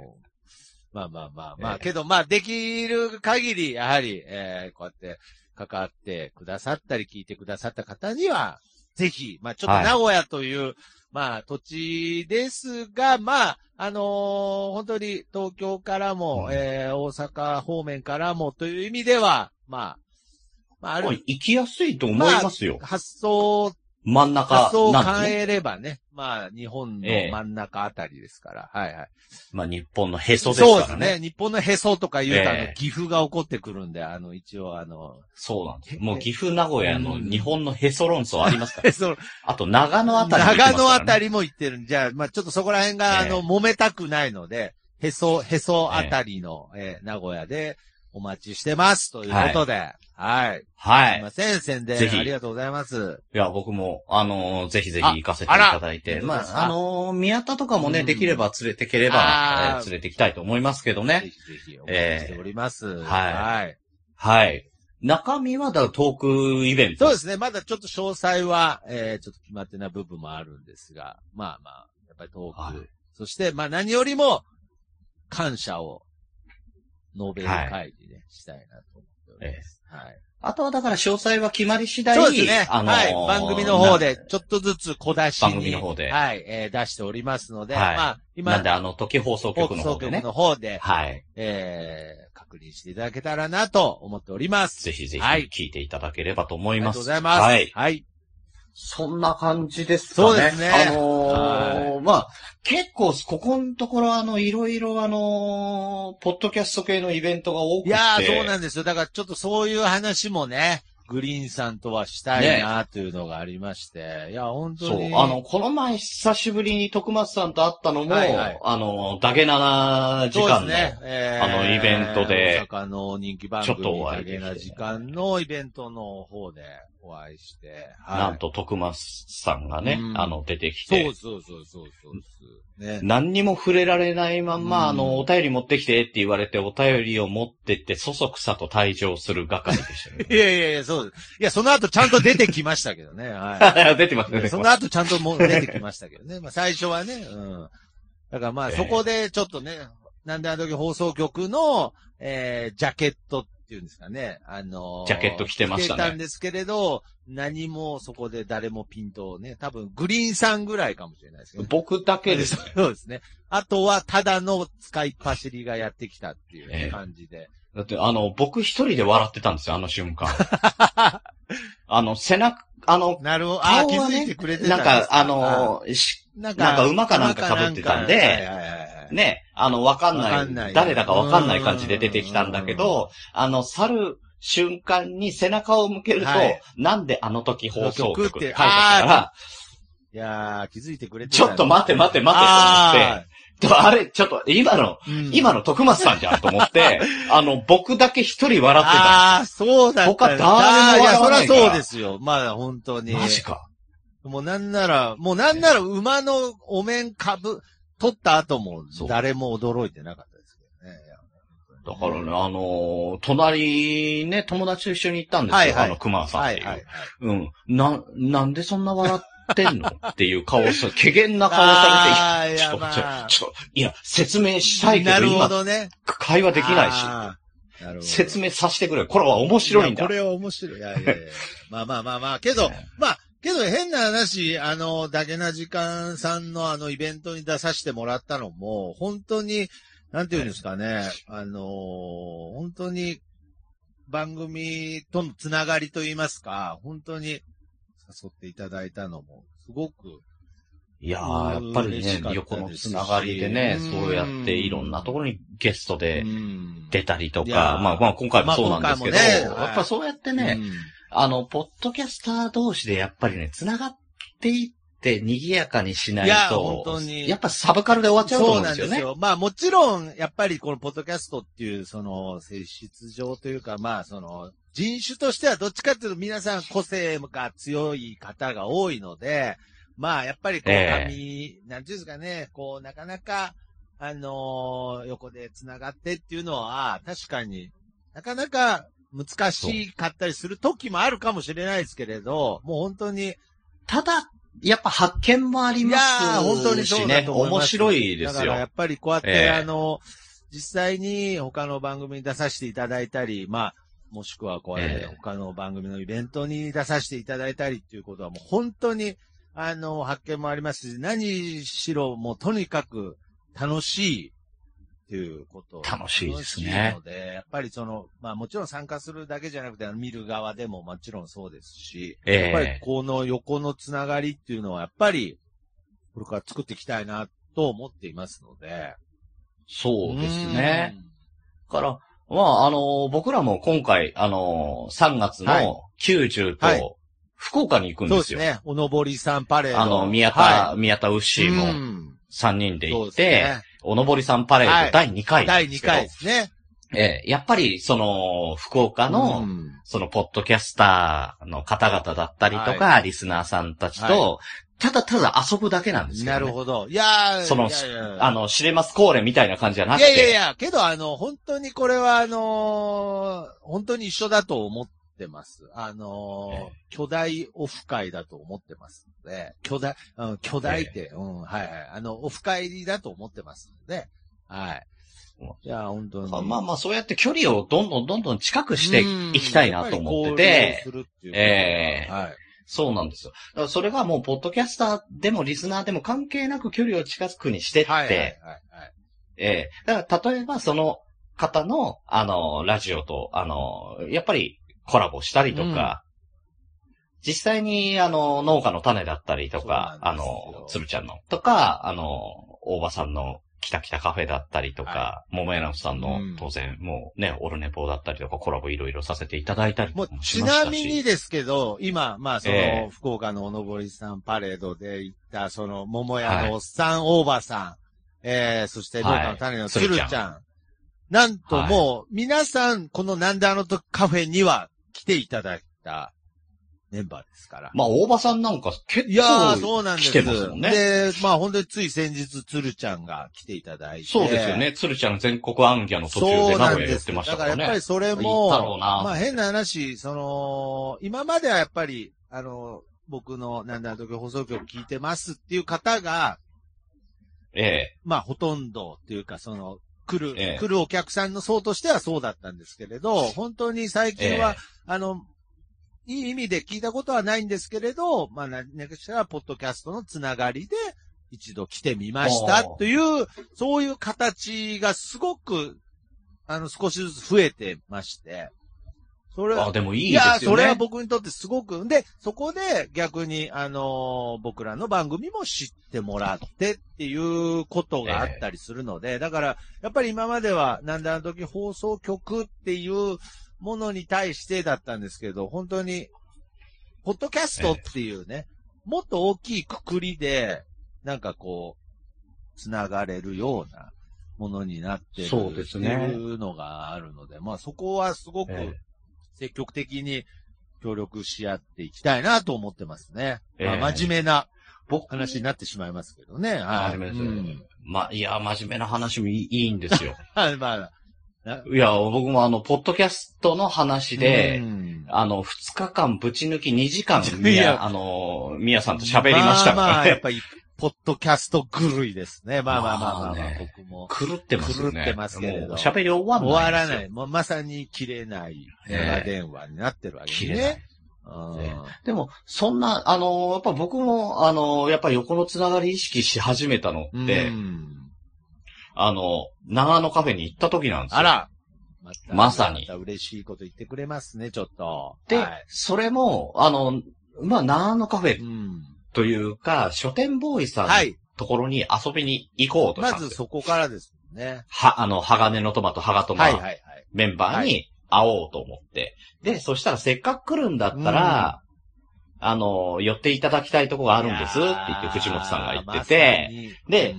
S1: まあまあまあまあ、
S2: ええ
S1: けどまあできる限り、やはり、えーこうやって関わってくださったり聞いてくださった方には、ぜひ、まあちょっ
S2: は
S1: と
S2: い
S1: 名古屋という、まあ土地ですが、まあ、あのー本当に東京からも、
S2: うん
S1: えー大阪方面からもという意味では、まあ、まああ
S2: もう
S1: る
S2: 行きやすいと思いますよ。
S1: 発想
S2: 真ん中
S1: 発想を
S2: なんで、
S1: 変
S2: ね。
S1: えればね、まあ、日本の
S2: ええ
S1: 真ん中あたりですから、はいはい。
S2: まあ日本のへそです
S1: そうで
S2: から
S1: す
S2: ね。
S1: ね。日本のへそとか言うと、あ
S2: え
S1: の
S2: え、
S1: 岐阜が起こってくるんで、あの、一応あの、
S2: そうなんです。もう岐阜、名古屋の日本の へそ論争ありますから。
S1: へそ、
S2: あと長野あたりも行
S1: 長
S2: ってますから、ね。
S1: 野あた
S2: り。
S1: りも行ってるんじゃあ、まあ、ちょっとそこら辺が、あ
S2: ええ
S1: の、揉めたくないので、へそ、へそあたりの、ええ名古屋でお待ちしてます、ということで、はい。
S2: は
S1: すい
S2: い
S1: ま。せん、宣
S2: ぜ
S1: 伝
S2: ひ
S1: ありがとうございます。
S2: いや、僕も、あのーぜひぜひ
S1: あ
S2: 行かせていただい
S1: あ
S2: て、
S1: ら
S2: ま
S1: 本当です
S2: あ、
S1: か
S2: あのー宮田とかもね、
S1: うん
S2: できれば連れてけれ
S1: あー
S2: ば、えー連れてきたいと思いますけど
S1: ぜ
S2: ね。
S1: ひぜひお待ちしております。
S2: はい
S1: はい。
S2: はい。中身は、だからトークイベント。
S1: そうですね。まだちょっと詳細は、えー、ちょっと決まってない部分もあるんですが、まあまあ、やっぱりトーク。
S2: はい
S1: そして、まあ何よりも、感謝を、ノーベル会議で、したいなと思っております。はい。
S2: あとは、だから詳細は決まり次第、
S1: そうですね。
S2: あのー
S1: はい。番組の方で、ちょっとずつ小出しに、
S2: 番組の方で
S1: はい、えー出しておりますので、
S2: は
S1: まあ、
S2: いな、なん
S1: 今
S2: で、、あの、時放送
S1: 放
S2: 局の
S1: 送
S2: 方
S1: 局
S2: でね。
S1: の方で、
S2: はい。
S1: えー、確認していただけたらなと思っております。
S2: ぜひぜひ、
S1: はい
S2: 聞いていただければと思
S1: あ
S2: い
S1: りが
S2: ま
S1: と
S2: す。
S1: うございます。
S2: はい。
S1: はい。
S2: そんな感じですかね。
S1: そうですね
S2: あのー
S1: は
S2: まあ、結構、ここのところ、あの、いろいろ、あのーポッドキャスト系のイベントが多
S1: い
S2: くて。
S1: やー、そうなんですよ。だからちょっとそういう話もね、グリーンさんとはしたいなというのがありまして。いや、本当
S2: そう
S1: に。。
S2: あの、、この前久しぶりに徳松さんと会ったのも、
S1: はいはい
S2: あの、ダゲナな時間の、
S1: え
S2: あのイベントで
S1: 大阪の人気番
S2: ちょっと
S1: 組、
S2: お会
S1: だ
S2: いで
S1: け
S2: きて
S1: な時間のイベントの方でお会いして。はい
S2: なんと徳松さんがね、
S1: うん
S2: あの、出てき
S1: そう
S2: て、
S1: そうそうそうそうそう。ね。
S2: 何にも触れられないまんま、
S1: うん
S2: あの、お便り持ってきてって言われて、お便りを持ってって、そそくさと退場する係でしたね
S1: いやいやいや、そうです。いや、その後ちゃんと出てきましたけどね。はい。
S2: 出てますね。
S1: その後ちゃんともう出てきましたけど ね。まあ最初はね、うん。だからまあ
S2: ええ
S1: そこでちょっとね、なんであの時放送局の、えー、ジャケットていうんですかね、あのー
S2: ジャケット着てましたね
S1: 着てたんですけれど、何もそこで誰もピントをね、多分グリーンさんぐらいかもしれないですけど、ね。
S2: 僕だけです。
S1: そうですね。あとは、ただの使いっ走りがやってきたっていう
S2: え
S1: ね
S2: え
S1: 感じで。
S2: だって、あの、僕一人で笑ってたんですよ、あの瞬 間。あの、背中、あの、
S1: なるほど。ああ、
S2: 顔
S1: 気
S2: は
S1: づ
S2: ね
S1: いてくれてた
S2: なん
S1: です
S2: か、あ
S1: あ
S2: の、し
S1: なん
S2: なんか馬かなんか被ってたん
S1: 馬かなん
S2: で
S1: かはいはいはいはい
S2: ね、あの、わかん
S1: わ
S2: な
S1: か
S2: い
S1: んない
S2: 誰だかわかんない感じで出てきたんだけど、あの、去る瞬間に背中を向けると、
S1: はい
S2: なんであの時放送局って書いてあったから
S1: あ、いやー、気づいてくれて
S2: ち
S1: た
S2: ょ
S1: んだ
S2: っと待て待て待てと思って、とあれ、ちょっと、今の、
S1: あーうん
S2: 今の徳松さんじゃんと思 って、あの、僕だけ一人笑ってた。
S1: ああ、そうだったんだ。
S2: 他誰も笑わない
S1: や、
S2: か
S1: そ
S2: ら
S1: りゃそうですよ。まあ、本当に。
S2: マジか。
S1: もうなんなら、もうなんなら馬のお面かぶ、取った後も
S2: そう、
S1: 誰も驚いてなかったですけどね。
S2: だからね、あのー隣ね、友達と一緒に行ったんですよ、
S1: はいはい
S2: あの、熊さんっ
S1: は
S2: てい。
S1: いうはい。
S2: うん。な、なんでそんな笑って んのっていう顔をさ、怪げな顔をさ
S1: あー
S2: れ
S1: い
S2: て、い
S1: や
S2: やちょっと、
S1: ま
S2: ちょ
S1: あ
S2: ちょっと、いや、説明したいけ
S1: な
S2: ど、
S1: るほ
S2: 今、
S1: どね。
S2: 会話できないし、
S1: あー。なるほど。
S2: 説明させてくれ。これは面白いん
S1: やこ
S2: だ。
S1: れは面白い。いやいや いやまあまあまあまあ、けど、まあ、けど変な話、あの、だけな時間さんのあのイベントに出させてもらったのも、本当に、なんていうんですかね、あのー本当に番組とのつながりといいますか、本当に誘っていただいたのも、すごく、
S2: いやー、やっぱり
S1: 嬉し
S2: ね
S1: かった、です
S2: 横のつながりでね、
S1: うん
S2: そうやっていろんなところにゲストで
S1: ん
S2: 出たりと
S1: い
S2: か
S1: や、ー
S2: まあまあ今回もそうなんですけど、
S1: まあ今回もね
S2: やっぱそうやってね、
S1: うん
S2: あの、ポッドキャスター同士でやっぱりね、繋がっていって賑やかにしないと、
S1: いや本当に
S2: やっぱサブカルで終わっちゃうと思
S1: そううん
S2: で
S1: なん
S2: すよ
S1: です
S2: ね。
S1: よ。まあもちろん、やっぱりこのポッドキャストっていう、その、性質上というか、まあその、人種としてはどっちかっていうと皆さん個性が強い方が多いので、まあやっぱりこう、
S2: ええ
S1: 紙、なんていうんですかね、こう、なかなか、あのー横で繋がってっていうのは、確かになかなか難しかったりする時もあるかもしれないですけれど、もう本当に、
S2: ただ、やっぱ発見もあり
S1: い
S2: ま
S1: や
S2: す
S1: ー、本当に
S2: し
S1: そう
S2: ね
S1: だ、と思い
S2: 面
S1: ます。
S2: 白いです
S1: だからや
S2: よ
S1: っ。ぱりこうやって、
S2: ええ
S1: あの、実際に他の番組に出させていただいたり、まあ、もしくはこうやって
S2: ええ
S1: 他の番組のイベントに出させていただいたりっていうことはもう本当に、あの、発見もありますし、何しろもうとにかく楽しいっていうこと。
S2: 楽しいです
S1: 楽しい
S2: ね
S1: の。で、やっぱりその、まあもちろん参加するだけじゃなくて、あの見る側でももちろんそうですし、
S2: え
S1: やっぱり
S2: え
S1: この横のつながりっていうのは、やっぱり、これから作っていきたいなと思っていますので。
S2: そうですね。だから、まあ、あの、僕らも今回、あの、3月
S1: はい
S2: の90と、
S1: はい
S2: 福岡に行
S1: う
S2: く
S1: ん。
S2: ん
S1: そう
S2: で
S1: ですす
S2: よ。
S1: ね。おのぼりさんパレード。
S2: あの、宮田、
S1: は
S2: 宮田ウッシ
S1: い
S2: ー
S1: う
S2: も
S1: ん
S2: 3人で
S1: そう
S2: 行っ
S1: です
S2: て、
S1: ね
S2: おのぼりさんパレー
S1: は
S2: ド
S1: い
S2: 第2回なん
S1: 第
S2: で
S1: 2
S2: すけど。
S1: 回ですね。
S2: ええやっぱり、その、福岡の、
S1: うん
S2: その、ポッドキャスターの方々だったりとか、リスナーさんたちと、ただただ遊ぶだけなんですけど、ね。
S1: なるほど。いやー、
S2: その
S1: いやいや
S2: あの、知れますコーレみたいな感じじゃなく
S1: い
S2: て。
S1: やいやいや、けどあの、本当にこれはあのー本当に一緒だと思ってます。あのー
S2: ええ
S1: 巨大オフ会だと思ってますので、巨大、うん、巨大って、うん、はいはい。あの、オフ会だと思ってますので、はい。いや、本当に。
S2: まあまあ、そうやって距離をどんどんどんどん近く
S1: あ
S2: していきたいなと思ってて、ええ
S1: はい。
S2: そうなんですよ。だからそれがもう、ポッドキャスターでもリスナーでも関係なく距離を近くにしてって、
S1: はいはいはいはい。
S2: ええだから、例えば、その方の、あの、ラジオと、あの、やっぱりコラボしたりとか、実際に、あの、農家の種だったりと
S1: そ
S2: か、
S1: うな
S2: あ
S1: んですよ
S2: の、つぶちゃんの、とか、あの、大場さんの、キタキタカフェだったりとか、桃柳さんの
S1: うん、
S2: 当然、もうね、オルネポだったりとか、コラボいろいろさせていただいたり
S1: もう
S2: もし
S1: ち
S2: ましたし。
S1: なみにですけど、今、まあ、そ
S2: ええ
S1: の、福岡のおのぼりさんパレードで行った、その、桃屋のおっさん、大場さん、えー、そして、農家の種のつるちゃ
S2: つるち
S1: ん。なんともう、皆さん、このなんであの時カフェには来ていただいたメンバーですから。
S2: まあ、大場さんなんか結構、
S1: いやー、そうなんです
S2: 来てますもんね。
S1: で、まあ、本当につい先日、つるちゃんが来ていただいて。
S2: そうですよね。つるちゃん全国アンギャの途中
S1: そ
S2: で
S1: うな
S2: 名
S1: ん
S2: 古
S1: で
S2: 屋
S1: す
S2: やってましたから
S1: だか
S2: ね。
S1: らやっぱりそれ
S2: 行
S1: も
S2: ったろう、な
S1: まあ変な話、その、今まではやっぱり、あの、僕のなんだ、東京放送局聞いてますっていう方が、
S2: ええ
S1: まあほとんどっていうか、その、来る、
S2: ええ
S1: 来るお客さんの層としてはそうだったんですけれど、本当に最近は、あの、いい意味で聞いたことはないんですけれど、まあ何かしら、ポッドキャストのつながりで一度来てみました
S2: おー
S1: という、そういう形がすごく、あの、少しずつ増えてまして、それは
S2: あ、でもいい
S1: い
S2: ですよ
S1: や
S2: ね。
S1: ー、それは僕にとってすごく、で、そこで逆に、あのー僕らの番組も知ってもらってっていうことがあったりするので、だから、やっぱり今までは、なんだあの時放送局っていうものに対してだったんですけど、本当に、ポッドキャストっていうね、もっと大きいくくりで、なんかこう、つながれるようなものになってる
S2: そう
S1: っ
S2: です
S1: て
S2: ね
S1: いうのがあるので、まあそこはすごく、
S2: え
S1: 積極的に協力し合っていきたいなと思ってますね。
S2: え
S1: まあ
S2: え
S1: 真面目な
S2: 僕
S1: 話になってしまいますけどね。はい。
S2: 真面目です
S1: う
S2: よ
S1: ん
S2: まあ、いや、真面目な話もいいいいんですよ。
S1: はい、まあ、
S2: いや、僕もあの、ポッドキャストの話で
S1: う、ん
S2: あの、二日間ぶち抜き2時間、み
S1: い
S2: や、
S1: や
S2: あの、みやさんと喋りました
S1: まあま
S2: から
S1: あ、やっ
S2: ね。
S1: ぱり、ポッドキャスト狂いですね。まあまあまあまあ、まあ
S2: まあね
S1: 僕も。
S2: 狂ってますよね。
S1: 狂ってますけれど
S2: もう喋り終わんない。
S1: 終わらない。。もうまさに切れない長電話になってるわけです
S2: 切れない
S1: ね。。うん
S2: えでも、そんな、あの、やっぱ僕も、あの、やっぱ横のつながり意識し始めたの
S1: う
S2: って、
S1: ん
S2: あの、長野カフェに行った時なんですよ。
S1: あら。また
S2: まさに
S1: また嬉しいこと言ってくれますね、ちょっと。
S2: で、
S1: はい
S2: それも、あの、まあ、長野カフ
S1: う
S2: ェ
S1: ん
S2: というか、書店ボーイさんの
S1: はい。
S2: ところに遊びに行こうとし
S1: ま
S2: たんで
S1: ず
S2: すよ。
S1: そこからですね。
S2: は、あの、鋼のトマト、ハガトマ、
S1: はいはいはい。
S2: メンバーに会おうと思って。で、そしたらせっかく来るんだったら、あの、寄っていただきたいとこがあるんですって言って藤本さんが言ってて、で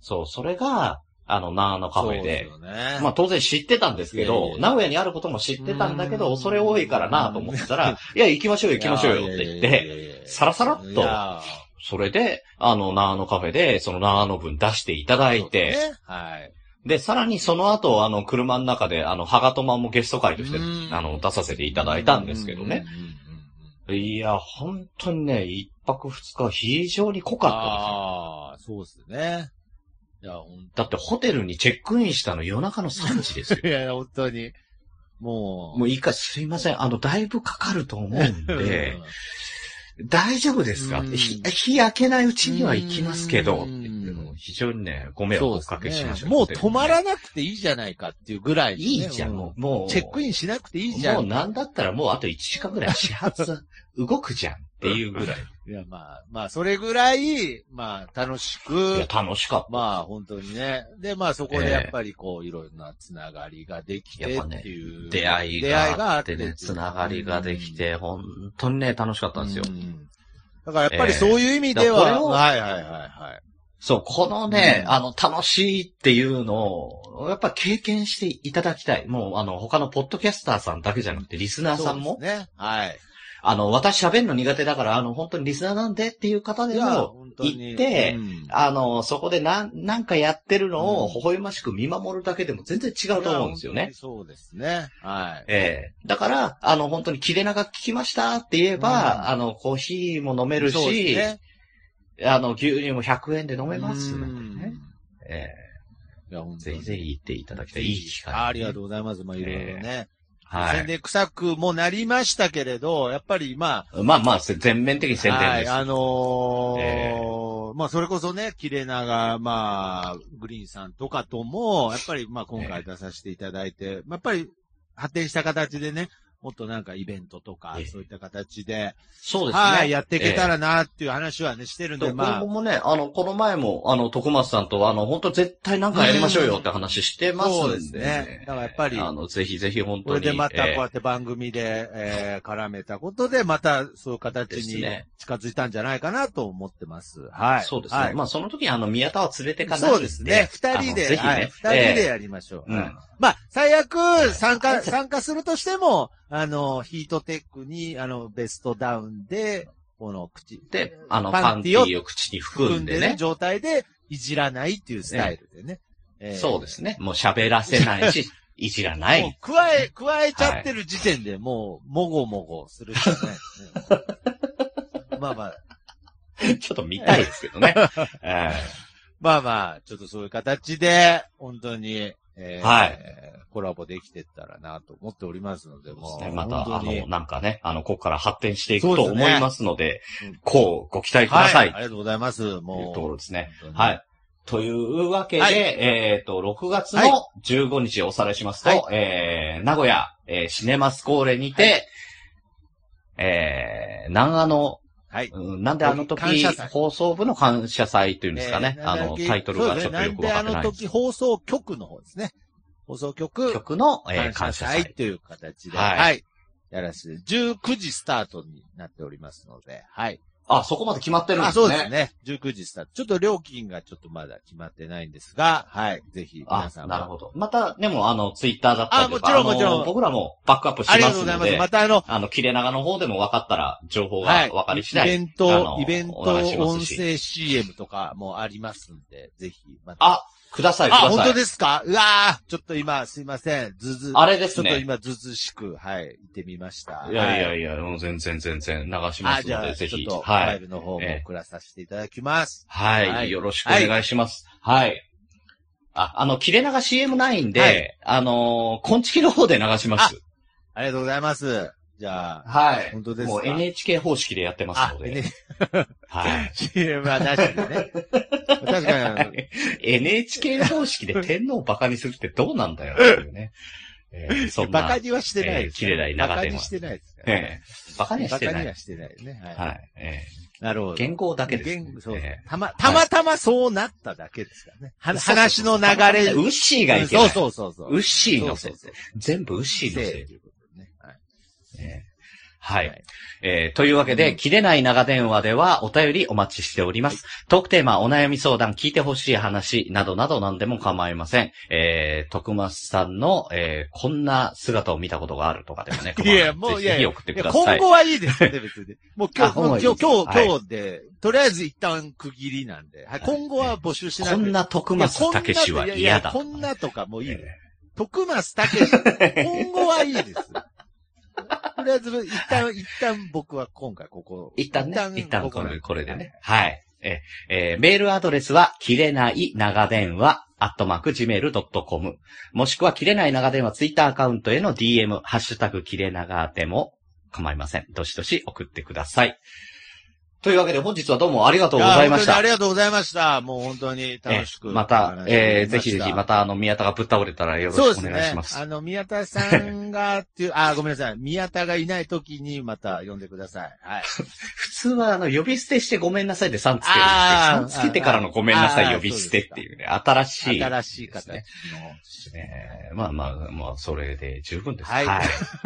S2: そう、それが、あの、長野カフェで、まあ
S1: ま
S2: 当然知ってたんですけ
S1: いやいや
S2: ど
S1: い、や
S2: 名古屋にあることも知ってたんだけ
S1: う
S2: ど、
S1: ん
S2: 恐れ多いからなと思ってたら、いや、行きましょうよ行きましょうよって言っ
S1: て
S2: て、さらさらっとそれで、あの、長野カフェで、その長野分出していただいて、、
S1: はい。
S2: で、さらにその後、あの、車の中で、あの、ハガトマもゲスト会として
S1: う、ん
S2: あの、出させていただいたんですけどね。
S1: うんうんうんうん。
S2: いや、本当にね、一泊二日は非常に濃かったで
S1: ああ、そうですね。いや、ほん
S2: すよ。だってホテルにチェックインしたの夜中の3時ですよ。
S1: と いや、本当に。もう。
S2: もういいか、すいません。あの、だいぶかかると思うん
S1: うん
S2: で、大丈夫ですか
S1: うん
S2: 日日焼けないうちには行きますけ
S1: う
S2: ど、っ
S1: ん
S2: ていうのを非常にね、ご迷惑をおかけしました。
S1: そうですねもう止まら
S2: い。
S1: なくていいじゃないかっていうぐらいね。
S2: いいじゃん、もう。も
S1: う
S2: う
S1: チェックインしなくていいじゃん。
S2: もうなんだったらもうあと1時間ぐらい始 発動くじゃんっていうぐらい。
S1: いや、まあ、まあ、それぐらい、まあ、楽し
S2: い
S1: く
S2: や、、楽しかった。
S1: まあ、本当にね。で、まあ、そこでやっぱりこう、いろんなつながりができて
S2: やっぱ
S1: っ
S2: ね
S1: ていう。
S2: 出会いがあって
S1: 出会い
S2: ね、
S1: って
S2: つながりができて、本当にね、楽しかったんですよ。
S1: うんだからやっぱりそういう意味で
S2: ええだか
S1: は、
S2: らこれを
S1: はいはいはいはい。
S2: そう、このね、
S1: うん
S2: あの、楽しいっていうのを、やっぱ経験していただきたい。もう、あの、他のポッドキャスターさんだけじゃなくて、リスナー
S1: そ
S2: さん
S1: う
S2: も、
S1: ですね。はい。
S2: あの、私喋るの苦手だから、あの、本当にリスナーなんでっていう方でも、
S1: 本
S2: 行って
S1: うん
S2: あの、そこでなん、なんかやってるの
S1: う
S2: を、
S1: ん
S2: 微笑ましく見守るだけでも全然違うと思うんですよ
S1: いや本当
S2: ね
S1: に。そうですね。はい。
S2: ええだから、あの、本当に切れ長聞きましたって言えば、
S1: うん
S2: あの、コーヒーも飲める
S1: そう
S2: し、
S1: ですね
S2: あの、牛乳も100円で飲めます
S1: う
S2: の
S1: ん
S2: でね。ええ
S1: いや、本当
S2: ぜ
S1: に
S2: ひぜひ行っていただきたい。いい機会、
S1: ありがとうございます。まあ、いろいろね。
S2: は
S1: 宣
S2: い。
S1: 伝臭くもなりましたけれど、やっぱりまあ、
S2: まあまあ、せ全面的に宣伝
S1: は
S2: で
S1: い、
S2: す。
S1: あのー
S2: え
S1: まあ、それこそね、キレナが、まあ、グリーンさんとかとも、やっぱり、まあ、今回出させていただいて、まあやっぱり、発展した形でね、もっとなんかイベントとか
S2: ええ、
S1: そういった形で、
S2: そうですね。
S1: はい、やっていけたらなっていう話はね、してるんで、
S2: と
S1: ま
S2: 今
S1: あ
S2: 後、もね、あの、この前も、あの、徳松さんと、あの、本当絶対なんかやりましょうよって話してますんで、
S1: そうですねだからやっぱり
S2: あの、ぜひぜひ本当
S1: こ
S2: に。
S1: れでまたこ
S2: え
S1: うやって番組で、えー絡めたことで、またそういう形
S2: です
S1: に
S2: ね
S1: 近づいたんじゃないかなと思ってます。はい。
S2: そうですね。
S1: はい
S2: まあ、その時にあの、宮田を連れてかないん
S1: そうですね。二人
S2: あの
S1: で、
S2: ぜひね。
S1: はい、二人でやりましょう。
S2: ええう
S1: はい
S2: ん
S1: まあ、最悪、参
S2: は
S1: 加、
S2: い
S1: 参加するとしても、あの、ヒートテックに、あの、ベストダウンで、この口、
S2: で、あの、
S1: パ
S2: パ
S1: ン
S2: ン
S1: テ
S2: テ
S1: ィを
S2: ィーを口に含んでね。
S1: 状態で、いじらないっていうスタイルでね。ええ
S2: そうですね。もう喋らせな いし、いじらな
S1: もう
S2: い。
S1: 加え、加えちゃってる時点でもう、もごもごするしかないですね。まあまあ、
S2: ちょっと見たいですけどね。ええ
S1: まあまあ、ちょっとそういう形で、本当に、えー
S2: はい
S1: コラボできてったらなと思っておりますので、もう、
S2: ねまた、
S1: 本
S2: あ
S1: 当に
S2: の、なんかね、あの、ここから発展していく
S1: そうで
S2: と
S1: す
S2: 思
S1: ね
S2: いますので、
S1: うん
S2: こうご期待ください。
S1: ありがとうございます。
S2: という
S1: もう。
S2: ところですね。
S1: 本当に
S2: はい。というわけで、
S1: はい
S2: えっ、と、6月
S1: はい
S2: の15日おさらいしますと、
S1: はい
S2: えー、名古屋、えーシネマスコーレにて、えー、南あの、
S1: はい。
S2: うんなんであの
S1: 感
S2: 時
S1: 謝祭、
S2: 放送部の感謝祭っていうんですかね。
S1: えー
S2: あの、タイトルがちょっとよくわかってな
S1: そうですねなんであ
S2: い
S1: の
S2: んです
S1: 時放送局の方ですね。放送
S2: け
S1: 局
S2: ど。曲の、えー、
S1: 感
S2: 感
S1: 謝
S2: 謝
S1: 祭
S2: 祭。
S1: という形で、
S2: は
S1: はいい。やらせて、19時スタートになっておりますので、はい。
S2: あ、そこまで決まってるんで
S1: あ、
S2: すね。
S1: そうですね。19時スタート。ちょっと料金がちょっとまだ決まってないんですが、はい。ぜひ、皆
S2: あ
S1: さ、んも
S2: なるほど。また、でも、あの、ツイッターだったりとか、
S1: あもちろんもちろん
S2: あの僕らもバックアップし
S1: あり
S2: ま
S1: がとう
S2: す
S1: ござい
S2: の
S1: ます。
S2: で
S1: ま、たあの、
S2: あの、切れ長の方でも分かったら、情報
S1: は
S2: が
S1: い。
S2: 分かり次
S1: イ
S2: 第、
S1: ベン
S2: あ
S1: ト
S2: の、
S1: イベント
S2: お願いしま
S1: 音
S2: すし
S1: 声 CM とかもありますんで、ぜひ、また。
S2: あ、ください、くださ
S1: あ、
S2: い。
S1: 本当ですかうわーちょっと今、すいません。ずず、
S2: あれ
S1: ちょ
S2: です
S1: っと
S2: ね。
S1: 今、ずずしく、はい、行ってみました。
S2: いやい
S1: は
S2: やいや、もう全然全然流しま
S1: あ、
S2: す
S1: じ
S2: の
S1: ゃ
S2: で、
S1: あ、
S2: ぜ
S1: ちょっ
S2: ひ。
S1: と、フ
S2: は
S1: ァイ
S2: い。
S1: ルの方も
S2: ええ
S1: 送らさせていただきます。
S2: はい、
S1: はい
S2: よろしくお願いします。はい。あ、あの、切れ長 CM ないんで、
S1: はい
S2: あのー、コンチキの方で流します。
S1: ありがとうございます。じゃあ、
S2: はい。
S1: 本当ですか
S2: もう NHK 方式でやってます
S1: あ
S2: の、で。
S1: ね、
S2: はい。
S1: CM はなしでね。確かにあの、
S2: NHK 方式で天皇をバカにするってどうなんだよっていうね。えーそんな
S1: バカにはしてないです、
S2: ええ綺麗な
S1: バ
S2: 長
S1: カ
S2: 電話
S1: にしてないですから
S2: え
S1: ね。
S2: えバカにはしてない
S1: バカにはしてないね。はい。
S2: はい。え
S1: なるほど。
S2: ー、原稿だけです、ね。
S1: 言そうです
S2: え
S1: たま、たまたまそうなっただけですからね。は
S2: ー
S1: 話の流れ。
S2: ウッシーがいけない。
S1: そうそうそうそう。
S2: ウッシーのせい
S1: そうそうそう
S2: 全部ウッシーのせい。
S1: ということでね。はい
S2: えーは
S1: はいい。
S2: えーというわけ
S1: う
S2: で、
S1: ん
S2: 切れない長電話ではお便りお待ちしております。トークテーマ、お悩み相談、聞いてほしい話などなど何でも構いません。えー、徳松さんの、えー、こんな姿を見たことがあるとかでもね、
S1: いや、
S2: 構
S1: も
S2: わな
S1: う、
S2: い
S1: い
S2: ぜ
S1: や
S2: ひ
S1: いや、
S2: 送ってくださ
S1: 今
S2: い。
S1: 後はいいですよね、別 に。もう今
S2: あ
S1: 日、
S2: 今後
S1: も
S2: は
S1: う
S2: いい
S1: 今
S2: です
S1: 日、今
S2: は
S1: 日、
S2: い
S1: 今日で、とりあえず一旦区切りなんで、はい、
S2: はい
S1: 今後は募集しな
S2: こ
S1: くて。
S2: んな徳松たけしは嫌だ
S1: いやいやいやこと
S2: かね。
S1: んなとかもういい
S2: え
S1: の
S2: ー
S1: 徳松たけし、 今後はいいです。とりあえず、一旦、一旦僕は今回ここ。
S2: 一旦ね、一旦これこれで。
S1: ここなん
S2: ね。はい。え、えーメールアドレスは、切れない長電話、アットマーク、gmail.com。もしくは、切れない長電話、ツイッターアカウントへの DM、ハッシュタグ、切れ長でも構いません。どしどし送ってください。というわけで、本日はどうもありがとうございまし
S1: や本当に
S2: た
S1: あ。りがとうございました。もう本当に楽しく。
S2: また、えーぜひぜひ、また、あの、宮田がぶっ倒れたらよろ
S1: そうで
S2: しくお
S1: す
S2: 願いし
S1: ね
S2: ま。す。
S1: あの、宮田さんが、っていう、あー、ごめんなさい。宮田がいない時にまた呼んでください。はい。
S2: 普通は、あの、呼び捨てしてごめんなさいで3つけるんですけど、
S1: あー
S2: 3つけてからのごめんなさ
S1: あ
S2: い
S1: ー
S2: 呼び捨てっていうね、新しい。
S1: 新しい形の。
S2: えーまあまあ、まあ、それで十分です。は。
S1: はいい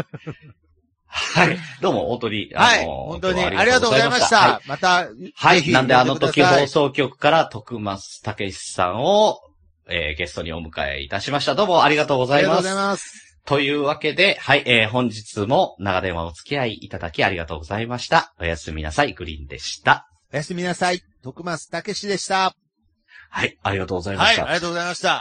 S2: はい。どうも、大鳥。
S1: はい。
S2: あの
S1: 本当に
S2: 今日は
S1: ありがとうございまし
S2: は
S1: た。また、
S2: はい。
S1: ぜひ
S2: なんで、あの
S1: 呼ん
S2: 時
S1: くださ
S2: 放
S1: い
S2: 送局から徳松武史さんを、えーゲストにお迎えいたしました。どうもありがとうご
S1: あ
S2: ざ
S1: り
S2: い
S1: がとう
S2: ま
S1: ご
S2: す。
S1: ざいます。
S2: というわけで、はい、えー本日も長電話お付き合いいただきありがとうございました。おやすみなさい、グリーンでした。
S1: おやすみなさい。徳松たけしでした。
S2: はい、ありがとうございま
S1: は
S2: し
S1: い。
S2: た。
S1: ありがとうございました。